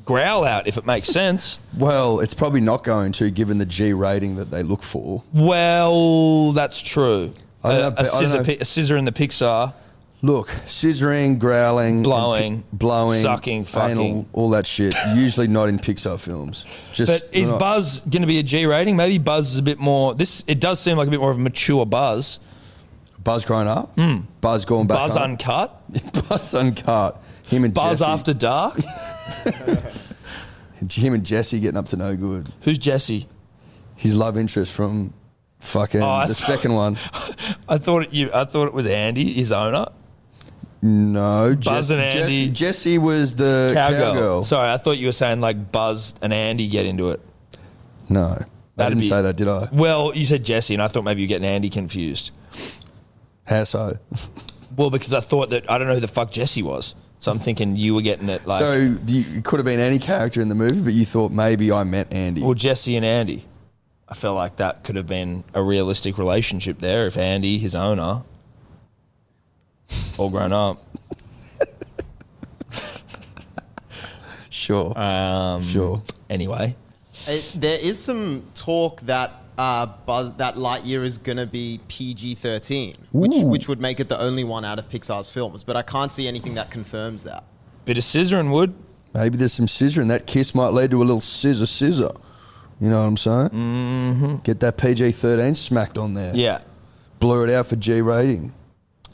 Speaker 2: growl out if it makes sense.
Speaker 3: Well, it's probably not going to, given the G rating that they look for.
Speaker 2: Well, that's true.
Speaker 3: I don't
Speaker 2: A-
Speaker 3: know,
Speaker 2: a,
Speaker 3: I don't
Speaker 2: scissor,
Speaker 3: know.
Speaker 2: pi- a scissor in the Pixar.
Speaker 3: Look, scissoring, growling, and
Speaker 2: Blowing,
Speaker 3: pi- blowing,
Speaker 2: sucking, fucking.
Speaker 3: anal, all that shit. Usually not in Pixar films. Just
Speaker 2: But is
Speaker 3: not-
Speaker 2: Buzz going to be a G rating? Maybe Buzz is a bit more. This it does seem like a bit more of a mature Buzz.
Speaker 3: Buzz grown up? Buzz going back.
Speaker 2: Hmm. Buzz
Speaker 3: home.
Speaker 2: uncut.
Speaker 3: Buzz uncut. Him and
Speaker 2: Buzz
Speaker 3: Jesse.
Speaker 2: after dark.
Speaker 3: him and Jesse getting up to no good.
Speaker 2: Who's Jesse?
Speaker 3: His love interest from fucking
Speaker 2: I
Speaker 3: the
Speaker 2: thought-
Speaker 3: second one.
Speaker 2: I thought it, you. I thought it was Andy, his owner.
Speaker 3: No,
Speaker 2: Buzz
Speaker 3: Jesse,
Speaker 2: and Andy.
Speaker 3: Jesse, Jesse was the cowgirl.
Speaker 2: Uh, Cowgirl. Sorry, I thought you were saying like Buzz and Andy get into it.
Speaker 3: no, I
Speaker 2: That'd
Speaker 3: didn't
Speaker 2: be-
Speaker 3: say that, did I?
Speaker 2: Well, you said Jesse, and I thought maybe you were getting Andy confused.
Speaker 3: How so?
Speaker 2: Well, because I thought that I don't know who the fuck Jesse was, so I'm thinking you were getting it like
Speaker 3: so you, it could have been any character in the movie, but you thought maybe I met Andy.
Speaker 2: well Jesse and Andy. I felt like that could have been a realistic relationship there if Andy, his owner, all grown up.
Speaker 3: sure,
Speaker 2: Um,
Speaker 3: sure.
Speaker 2: Anyway,
Speaker 4: It, Uh, there is some talk that uh, Buzz, that Lightyear is going to be PG thirteen, which
Speaker 3: Ooh.
Speaker 4: which would make it the only one out of Pixar's films. But I can't see anything that confirms that.
Speaker 2: bit of scissor and wood.
Speaker 3: Maybe there's some scissor, and that kiss might lead to a little scissor, scissor. You know what I'm saying? Mm-hmm. Get that PG-13 smacked on there.
Speaker 2: Yeah,
Speaker 3: blur it out for G rating.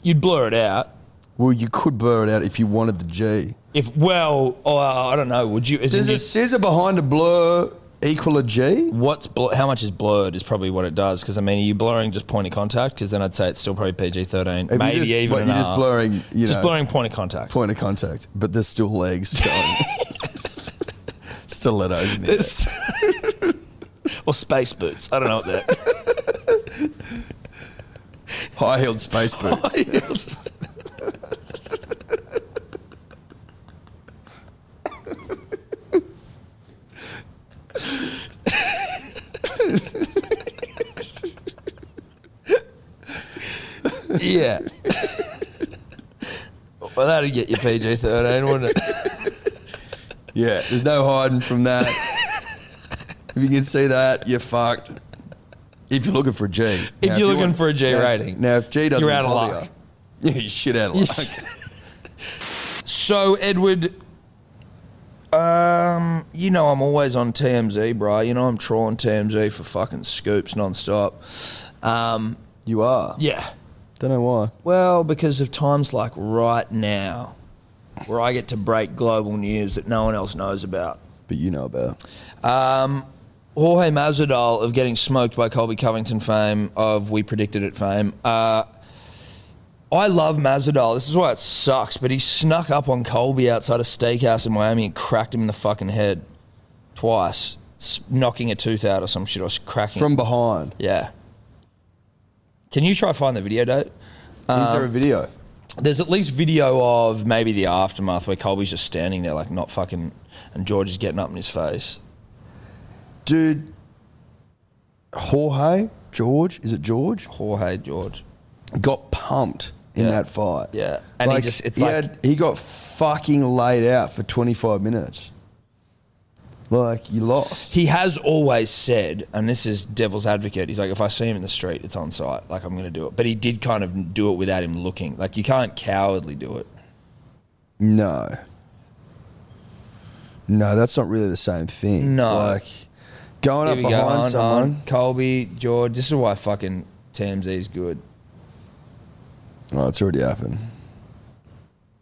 Speaker 2: you'd blur it out.
Speaker 3: Well, you could blur it out if you wanted the G.
Speaker 2: If well, oh, I don't know. Would you? Is
Speaker 3: Does a
Speaker 2: it,
Speaker 3: scissor behind a blur equal a G?
Speaker 2: what's bl- how much is blurred is probably what it does because I mean, are you blurring just point of contact? Because then I'd say it's still probably PG thirteen,
Speaker 3: you
Speaker 2: maybe
Speaker 3: just-
Speaker 2: even
Speaker 3: what,
Speaker 2: an
Speaker 3: you're just
Speaker 2: R.
Speaker 3: blurring, you
Speaker 2: just
Speaker 3: know.
Speaker 2: blurring point of contact.
Speaker 3: Point of contact, but there's still legs going. Stilettos in there.
Speaker 2: It's- or space boots. I don't know what that.
Speaker 3: High heeled space boots.
Speaker 2: yeah. Well, that'd get you PG thirteen, wouldn't it?
Speaker 3: Yeah, there's no hiding from that. if you can see that, you're fucked. If you're looking for a G. If
Speaker 2: you're looking for a G
Speaker 3: now,
Speaker 2: rating,
Speaker 3: Now, if G doesn't
Speaker 2: you're out of
Speaker 3: bother
Speaker 2: luck.
Speaker 3: you- Yeah, you're shit out of luck.
Speaker 2: so Edward, um, you know I'm always on TMZ, bruh. You know I'm trawling TMZ for fucking scoops nonstop. Um,
Speaker 3: You are.
Speaker 2: yeah.
Speaker 3: Don't know why.
Speaker 2: Well, because of times like right now, where I get to break global news that no one else knows about.
Speaker 3: But you know about.
Speaker 2: Um, Jorge Masvidal of getting smoked by Colby Covington fame of We Predicted It fame. Uh, I love Masvidal. This is why it sucks. But he snuck up on Colby outside a steakhouse in Miami and cracked him in the fucking head twice, s- knocking a tooth out or some shit or s- cracking.
Speaker 3: From behind.
Speaker 2: yeah. Can you try find the video, Dave?
Speaker 3: Is
Speaker 2: Um,
Speaker 3: there a video?
Speaker 2: there's at least video of maybe the aftermath where Colby's just standing there like not fucking, and George is getting up in his face.
Speaker 3: Dude, Jorge? George? Is it George?
Speaker 2: Jorge George.
Speaker 3: Got pumped in
Speaker 2: Yeah.
Speaker 3: that fight.
Speaker 2: Yeah. And he just- it's
Speaker 3: he
Speaker 2: like-
Speaker 3: he got fucking laid out for 25 minutes. Like, you lost.
Speaker 2: He has always said, and this is devil's advocate, he's like, if I see him in the street, it's on site. Like, I'm going to do it. But he did kind of do it without him looking. Like, you can't cowardly do it.
Speaker 3: No. No, that's not really the same thing.
Speaker 2: No.
Speaker 3: Like, going up
Speaker 2: Here we go.
Speaker 3: behind
Speaker 2: On,
Speaker 3: someone.
Speaker 2: on. Colby, George. This is why fucking TMZ is good.
Speaker 3: Oh, it's already happened.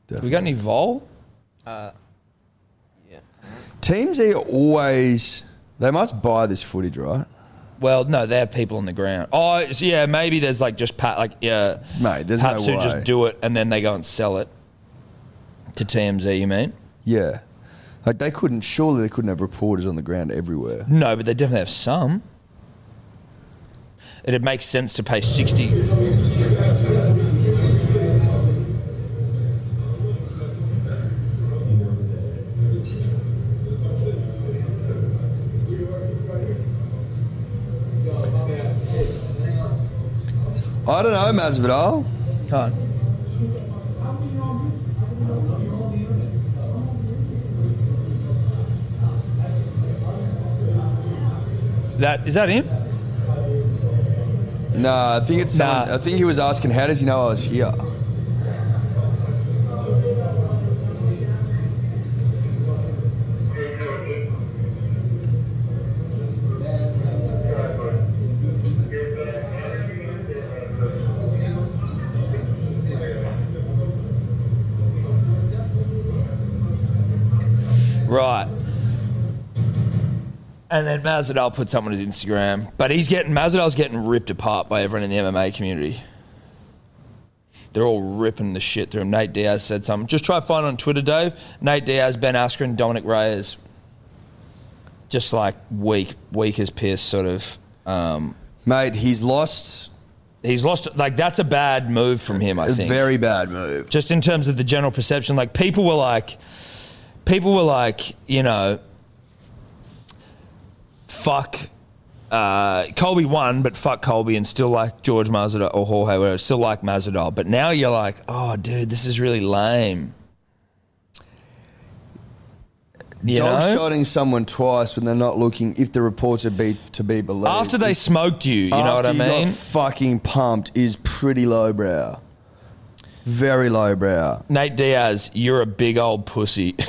Speaker 2: We got any vol?
Speaker 3: Teams are always. They must buy this footage, right?
Speaker 2: Well, no, they have people on the ground. Oh, it's- yeah, maybe there's like just Pat, like, yeah.
Speaker 3: Mate, there's
Speaker 2: Perhaps
Speaker 3: no
Speaker 2: who
Speaker 3: way.
Speaker 2: just do it and then they go and sell it to TMZ, you mean?
Speaker 3: Yeah. Like they couldn't. Surely they couldn't have reporters on the ground everywhere.
Speaker 2: No, but they definitely have some. it makes sense to pay 60
Speaker 3: I don't know, Masvidal.
Speaker 2: card. That is that him?
Speaker 3: No, I think it's someone,
Speaker 2: Nah.
Speaker 3: I think he was asking, how does he know I was here?
Speaker 2: Right. And then Masvidal put something on his Instagram, but he's getting Masvidal's getting ripped apart by everyone in the MMA community. They're all ripping the shit through him. Nate Diaz said something. Just try to find on Twitter, Dave. Nate Diaz, Ben Askren, Dominic Reyes. Just like weak, weak as piss, sort of. Um,
Speaker 3: Mate, he's lost
Speaker 2: he's lost. Like that's a bad move from him. I
Speaker 3: a
Speaker 2: think
Speaker 3: very bad move.
Speaker 2: just in terms of the general perception like people were like people were like you know fuck uh, Colby won, but fuck Colby and still like George Masvidal or Jorge, whatever, still like Masvidal. But now you're like, oh, dude, this is really lame. You
Speaker 3: Dog
Speaker 2: know?
Speaker 3: shotting someone twice when they're not looking, if the reports are be, to be believed.
Speaker 2: After they smoked you, you know what I
Speaker 3: After you
Speaker 2: mean?
Speaker 3: got fucking pumped is pretty lowbrow. Very lowbrow.
Speaker 2: Nate Diaz, you're a big old pussy.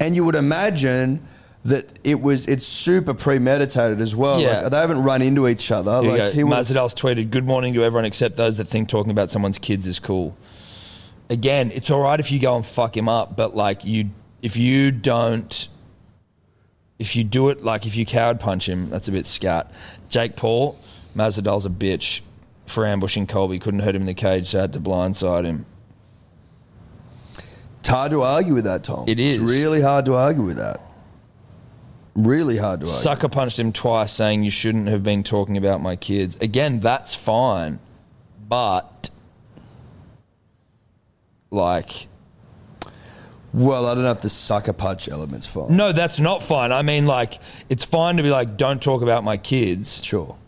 Speaker 3: And you would imagine that it was it's super premeditated as well.
Speaker 2: Yeah.
Speaker 3: Like they haven't run into each other.
Speaker 2: Here you
Speaker 3: like
Speaker 2: go.
Speaker 3: was-
Speaker 2: Masvidal's tweeted, "Good morning to everyone except those that think talking about someone's kids is cool." Again, it's all right if you go and fuck him up, but like you, if you don't, if you do it like if you coward punch him, that's a bit scat. Jake Paul, Masvidal's a bitch for ambushing Colby. Couldn't hurt him in the cage, so had to blindside him.
Speaker 3: It's hard to argue with that, Tom.
Speaker 2: It is.
Speaker 3: It's really hard to argue with that. Really hard to argue.
Speaker 2: Sucker punched him twice, saying you shouldn't have been talking about my kids. Again, that's fine, but like.
Speaker 3: Well, I don't know if the sucker punch element's fine.
Speaker 2: No, that's not fine. I mean, like, it's fine to be like, don't talk about my kids.
Speaker 3: Sure.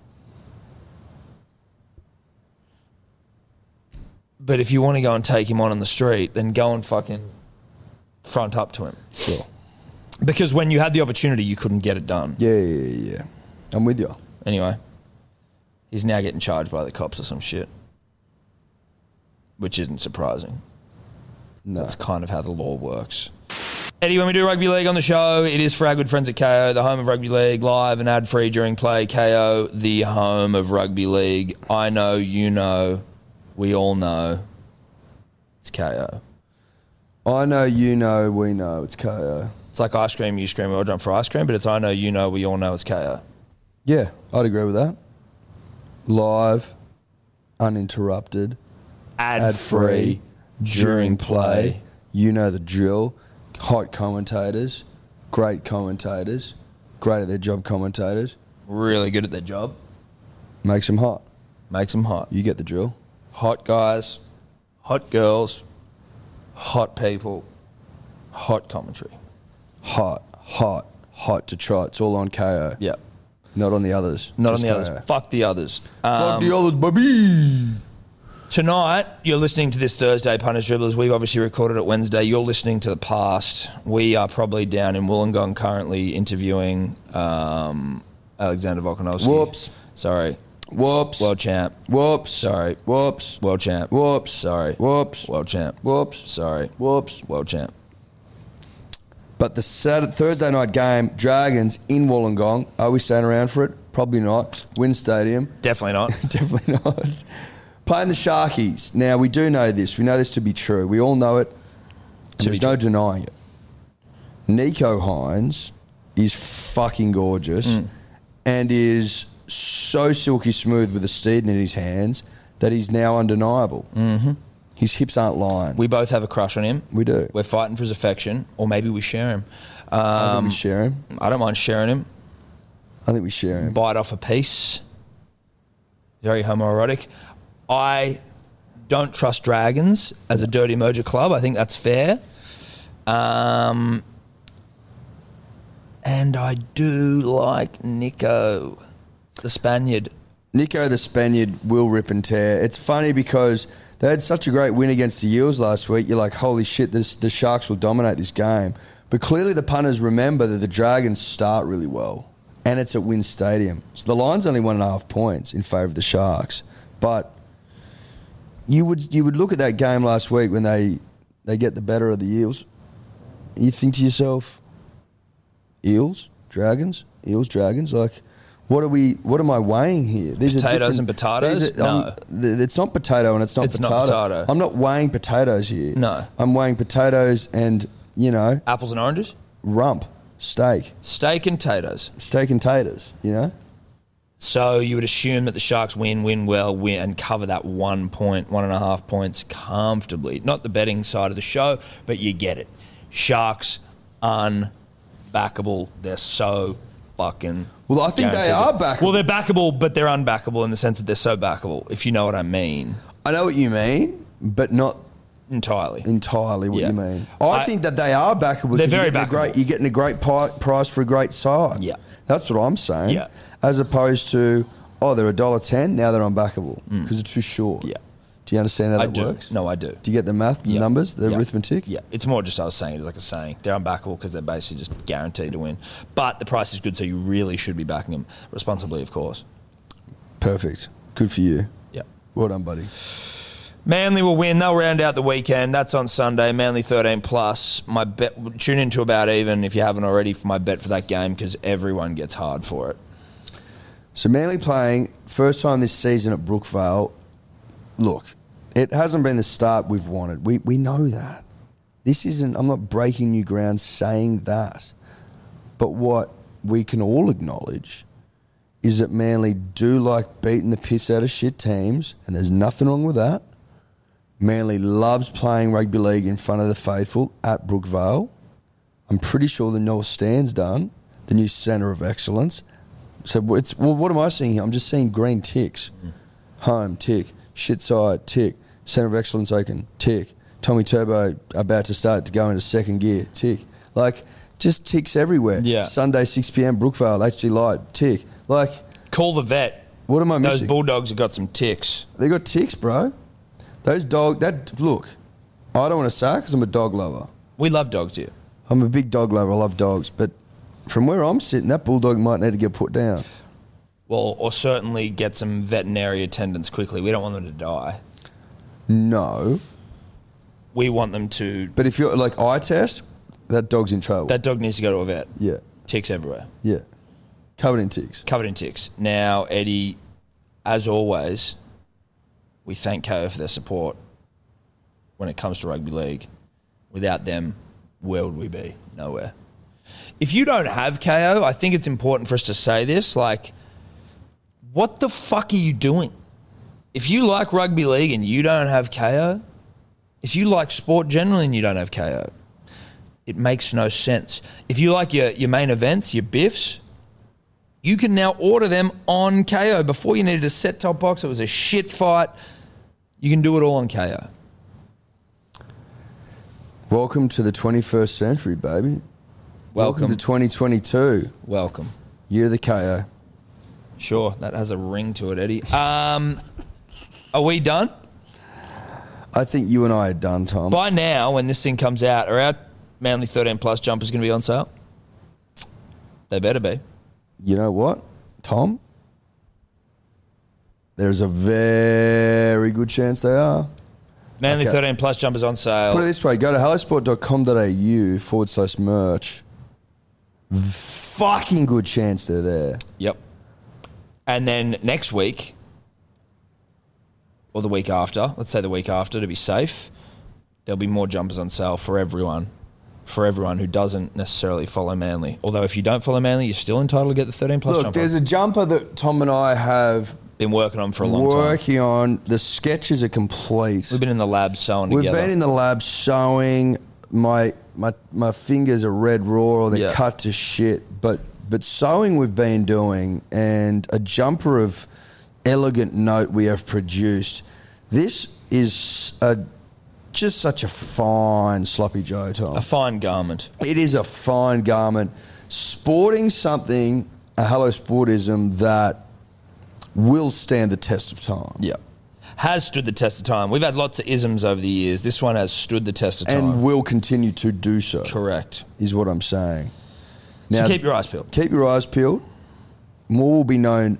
Speaker 2: But if you want to go and take him on in the street, then go and fucking front up to him.
Speaker 3: Sure.
Speaker 2: Because when you had the opportunity, you couldn't get it done.
Speaker 3: Yeah, yeah, yeah, yeah. I'm with you.
Speaker 2: Anyway, he's now getting charged by the cops or some shit, which isn't surprising.
Speaker 3: No.
Speaker 2: That's kind of how the law works. Eddie, when we do rugby league on the show, it is for our good friends at KO, the home of rugby league, live and ad free during play. KO, the home of rugby league. I know, you know, we all know. It's KO.
Speaker 3: I know, you know, we know. It's KO.
Speaker 2: It's like ice cream, you scream, we all jump for ice cream, but it's I know, you know, we all know it's KO.
Speaker 3: Yeah, I'd agree with that. Live, uninterrupted,
Speaker 2: Ad
Speaker 3: ad free,
Speaker 2: free during play.
Speaker 3: You know the drill. Hot commentators, great commentators, great at their job commentators.
Speaker 2: Really good at their job.
Speaker 3: Makes them hot.
Speaker 2: Makes them hot.
Speaker 3: You get the drill.
Speaker 2: hot guys, hot girls, hot people, hot commentary.
Speaker 3: Hot, hot, hot to try. It's all on KO.
Speaker 2: Yeah.
Speaker 3: Not on the others.
Speaker 2: Not
Speaker 3: Just
Speaker 2: on the
Speaker 3: KO.
Speaker 2: others. Fuck the others.
Speaker 3: Fuck
Speaker 2: Um,
Speaker 3: the others, baby.
Speaker 2: tonight, you're listening to this Thursday Punish Dribblers. We've obviously recorded it Wednesday. You're listening to the past. We are probably down in Wollongong currently interviewing um, Alexander Volkanovski.
Speaker 3: Whoops.
Speaker 2: Sorry.
Speaker 3: Whoops.
Speaker 2: World champ.
Speaker 3: Whoops.
Speaker 2: Sorry.
Speaker 3: Whoops.
Speaker 2: World champ.
Speaker 3: Whoops.
Speaker 2: Sorry.
Speaker 3: Whoops.
Speaker 2: World champ.
Speaker 3: Whoops.
Speaker 2: Sorry.
Speaker 3: Whoops.
Speaker 2: World champ.
Speaker 3: But the Saturday, Thursday night game, Dragons in Wollongong. Are we staying around for it? Probably not. Wynn Stadium.
Speaker 2: Definitely not.
Speaker 3: Definitely not. Playing the Sharkies. Now, we do know this. We know this to be true. We all know it. And
Speaker 2: To be
Speaker 3: there's no denying it. Nico Hines is fucking gorgeous and is so silky smooth with a steed in his hands that he's now undeniable. Mm-hmm. His hips aren't lying. We,
Speaker 2: we both have a crush on him.
Speaker 3: do.
Speaker 2: We're fighting for his affection, or maybe we share him.
Speaker 3: I think
Speaker 2: Um,
Speaker 3: we share him.
Speaker 2: I don't mind sharing him.
Speaker 3: I think we share him.
Speaker 2: Bite off a piece. very homoerotic. I don't trust dragons as a dirty merger club. I think that's fair. Um, and I do like Nico, the Spaniard.
Speaker 3: Nico the Spaniard will rip and tear. It's funny because they had such a great win against the Eels last week. You're like, holy shit, this, the Sharks will dominate this game. But clearly, the punters remember that the Dragons start really well, and it's at Wynn Stadium. So the line's only one and a half points in favour of the Sharks. But you would you would look at that game last week when they they get the better of the Eels. You think to yourself, Eels, Dragons, Eels, Dragons. Like, what are we? What am I weighing here? These
Speaker 2: Potatoes
Speaker 3: different-
Speaker 2: and potatoes?
Speaker 3: these are- um, th- it's not potato and it's not
Speaker 2: It's not
Speaker 3: potato.
Speaker 2: potato.
Speaker 3: I'm not weighing potatoes here.
Speaker 2: No.
Speaker 3: I'm weighing potatoes and you know
Speaker 2: Apples and oranges,
Speaker 3: rump, steak,
Speaker 2: steak and taters.
Speaker 3: steak and taters. You know,
Speaker 2: So you would assume that the Sharks win, win well, win and cover that one point, one and a half points comfortably. Not the betting side of the show, but you get it. Sharks unbackable. They're so fucking.
Speaker 3: Well, I think they
Speaker 2: guaranteed.
Speaker 3: are backable.
Speaker 2: Well, they're backable, but they're unbackable in the sense that they're so backable. If you know what I mean,
Speaker 3: I know what you mean, but not
Speaker 2: entirely.
Speaker 3: entirely what
Speaker 2: Yeah.
Speaker 3: you mean. I,
Speaker 2: I-
Speaker 3: think that they are backable.
Speaker 2: They're
Speaker 3: because
Speaker 2: very
Speaker 3: you're getting a
Speaker 2: backable.
Speaker 3: Great, you're getting a great pi- price for a great side.
Speaker 2: Yeah.
Speaker 3: that's what I'm saying.
Speaker 2: Yeah.
Speaker 3: as opposed to oh, they're a dollar ten now they're unbackable because they're too short.
Speaker 2: Mm. Yeah.
Speaker 3: do you understand how
Speaker 2: I
Speaker 3: that
Speaker 2: do.
Speaker 3: works?
Speaker 2: No, I do.
Speaker 3: Do you get the math, the
Speaker 2: Yeah.
Speaker 3: numbers, the
Speaker 2: Yeah.
Speaker 3: arithmetic?
Speaker 2: Yeah, it's more just I was saying it's like a saying. They're unbackable because they're basically just guaranteed to win. But the price is good, so you really should be backing them responsibly, of course.
Speaker 3: Perfect. Good for you.
Speaker 2: Yeah.
Speaker 3: Well done, buddy.
Speaker 2: Manly will win. They'll round out the weekend. That's on Sunday. Manly 13 plus. My bet. Tune into about even if you haven't already for my bet for that game because everyone gets hard for it.
Speaker 3: So Manly playing first time this season at Brookvale. Look, it hasn't been the start we've wanted. We we know that. This isn't. I'm not breaking new ground saying that. But what we can all acknowledge is that Manly do like beating the piss out of shit teams, and there's nothing wrong with that. Manly loves playing rugby league in front of the faithful at Brookvale. I'm pretty sure the North Stand's done, the new centre of excellence. So it's well, what am I seeing here? I'm just seeing green ticks. Home tick, shit side tick, centre of excellence open tick. Tommy Turbo about to start to go into second gear tick. Like just ticks everywhere.
Speaker 2: Yeah.
Speaker 3: Sunday 6 p.m. Brookvale HG Light tick. Like
Speaker 2: Call the vet.
Speaker 3: what am I
Speaker 2: Those
Speaker 3: missing?
Speaker 2: bulldogs have got some ticks.
Speaker 3: They got ticks, bro. Those dog. That look. I don't want to say because I'm a dog lover.
Speaker 2: We love dogs here.
Speaker 3: I'm a big dog lover. I love dogs, but from where I'm sitting, that bulldog might need to get put down.
Speaker 2: Well, or certainly get some veterinary attendance quickly. We don't want them to die.
Speaker 3: No,
Speaker 2: We want them to.
Speaker 3: but if you're like eye test, that dog's in trouble.
Speaker 2: That dog needs to go to a vet.
Speaker 3: yeah,
Speaker 2: Ticks everywhere.
Speaker 3: yeah, covered in ticks.
Speaker 2: covered in ticks. Now, Eddie, as always, we thank KO for their support when it comes to rugby league. Without them, where would we be? Nowhere. If you don't have KO, I think it's important for us to say this. Like, what the fuck are you doing? If you like rugby league and you don't have KO, if you like sport generally and you don't have KO, it makes no sense. If you like your, your main events, your biffs, you can now order them on KO. Before you needed a set top box, it was a shit fight. You can do it all on KO.
Speaker 3: Welcome to the 21st century, baby.
Speaker 2: Welcome.
Speaker 3: to 2022.
Speaker 2: Welcome.
Speaker 3: Year of the KO.
Speaker 2: Sure, that has a ring to it, Eddie. Um, are we done?
Speaker 3: I think you and I are done, Tom.
Speaker 2: By now, when this thing comes out, are our Manly 13 Plus jumpers going to be on sale? They better be.
Speaker 3: you know what, Tom? There's a very good chance they are.
Speaker 2: Manly
Speaker 3: Okay.
Speaker 2: 13 Plus jumpers on
Speaker 3: Put it
Speaker 2: sale.
Speaker 3: this way go to hellosport.com.au forward slash merch. Fucking good chance they're there.
Speaker 2: Yep. And then next week, or the week after, let's say the week after to be safe, there'll be more jumpers on sale for everyone. For everyone who doesn't necessarily follow Manly. Although if you don't follow Manly, you're still entitled to get the 13 plus
Speaker 3: Look,
Speaker 2: jumper.
Speaker 3: there's a jumper that Tom and I have
Speaker 2: been working on for a long time.
Speaker 3: working on. The sketches are complete.
Speaker 2: We've been in the lab sewing
Speaker 3: We've
Speaker 2: together.
Speaker 3: been in the lab sewing. My my my fingers are red raw or they're
Speaker 2: Yeah.
Speaker 3: cut to shit. But but sewing we've been doing and a jumper of elegant note we have produced. This is a, just such a fine sloppy Joe time.
Speaker 2: A fine garment.
Speaker 3: It is a fine garment, sporting something, a hello sportism that will stand the test of time.
Speaker 2: Yeah. Has stood the test of time. We've had lots of isms over the years. This one has stood the test of time.
Speaker 3: And will continue to do so,
Speaker 2: Correct.
Speaker 3: is what I'm saying.
Speaker 2: so keep your eyes peeled.
Speaker 3: keep your eyes peeled. More will be known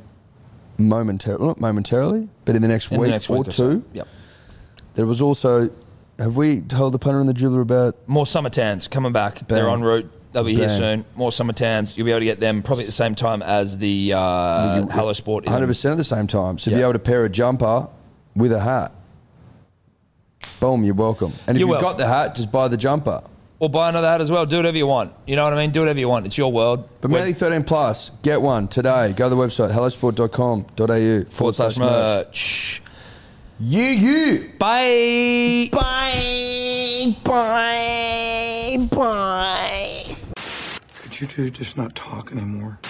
Speaker 3: momentarily, not momentarily, but in the next
Speaker 2: In the
Speaker 3: week
Speaker 2: next
Speaker 3: or
Speaker 2: week
Speaker 3: two.
Speaker 2: or so. Yep.
Speaker 3: There was also, have we told the punter and the dribbler about
Speaker 2: More summer tans coming back. They're
Speaker 3: Bang.
Speaker 2: en route. They'll be here
Speaker 3: Bang.
Speaker 2: soon. More summer tans. You'll be able to get them probably at the same time as the uh, Hello Sport.
Speaker 3: 100% at the same time. So be
Speaker 2: Yeah.
Speaker 3: able to pair a jumper with a hat. Boom, you're welcome. And if
Speaker 2: You're
Speaker 3: you've
Speaker 2: welcome.
Speaker 3: got the hat, just buy the jumper.
Speaker 2: Or buy another hat as well. Do whatever you want. You know what I mean? Do whatever you want. It's your world.
Speaker 3: But
Speaker 2: We're-
Speaker 3: mainly 13 plus, get one today. Go to the website, hellosport.com.au
Speaker 2: forward slash merch.
Speaker 3: Yeah, yeah.
Speaker 2: Bye.
Speaker 4: Bye, bye, bye.
Speaker 7: Could you two just not talk anymore?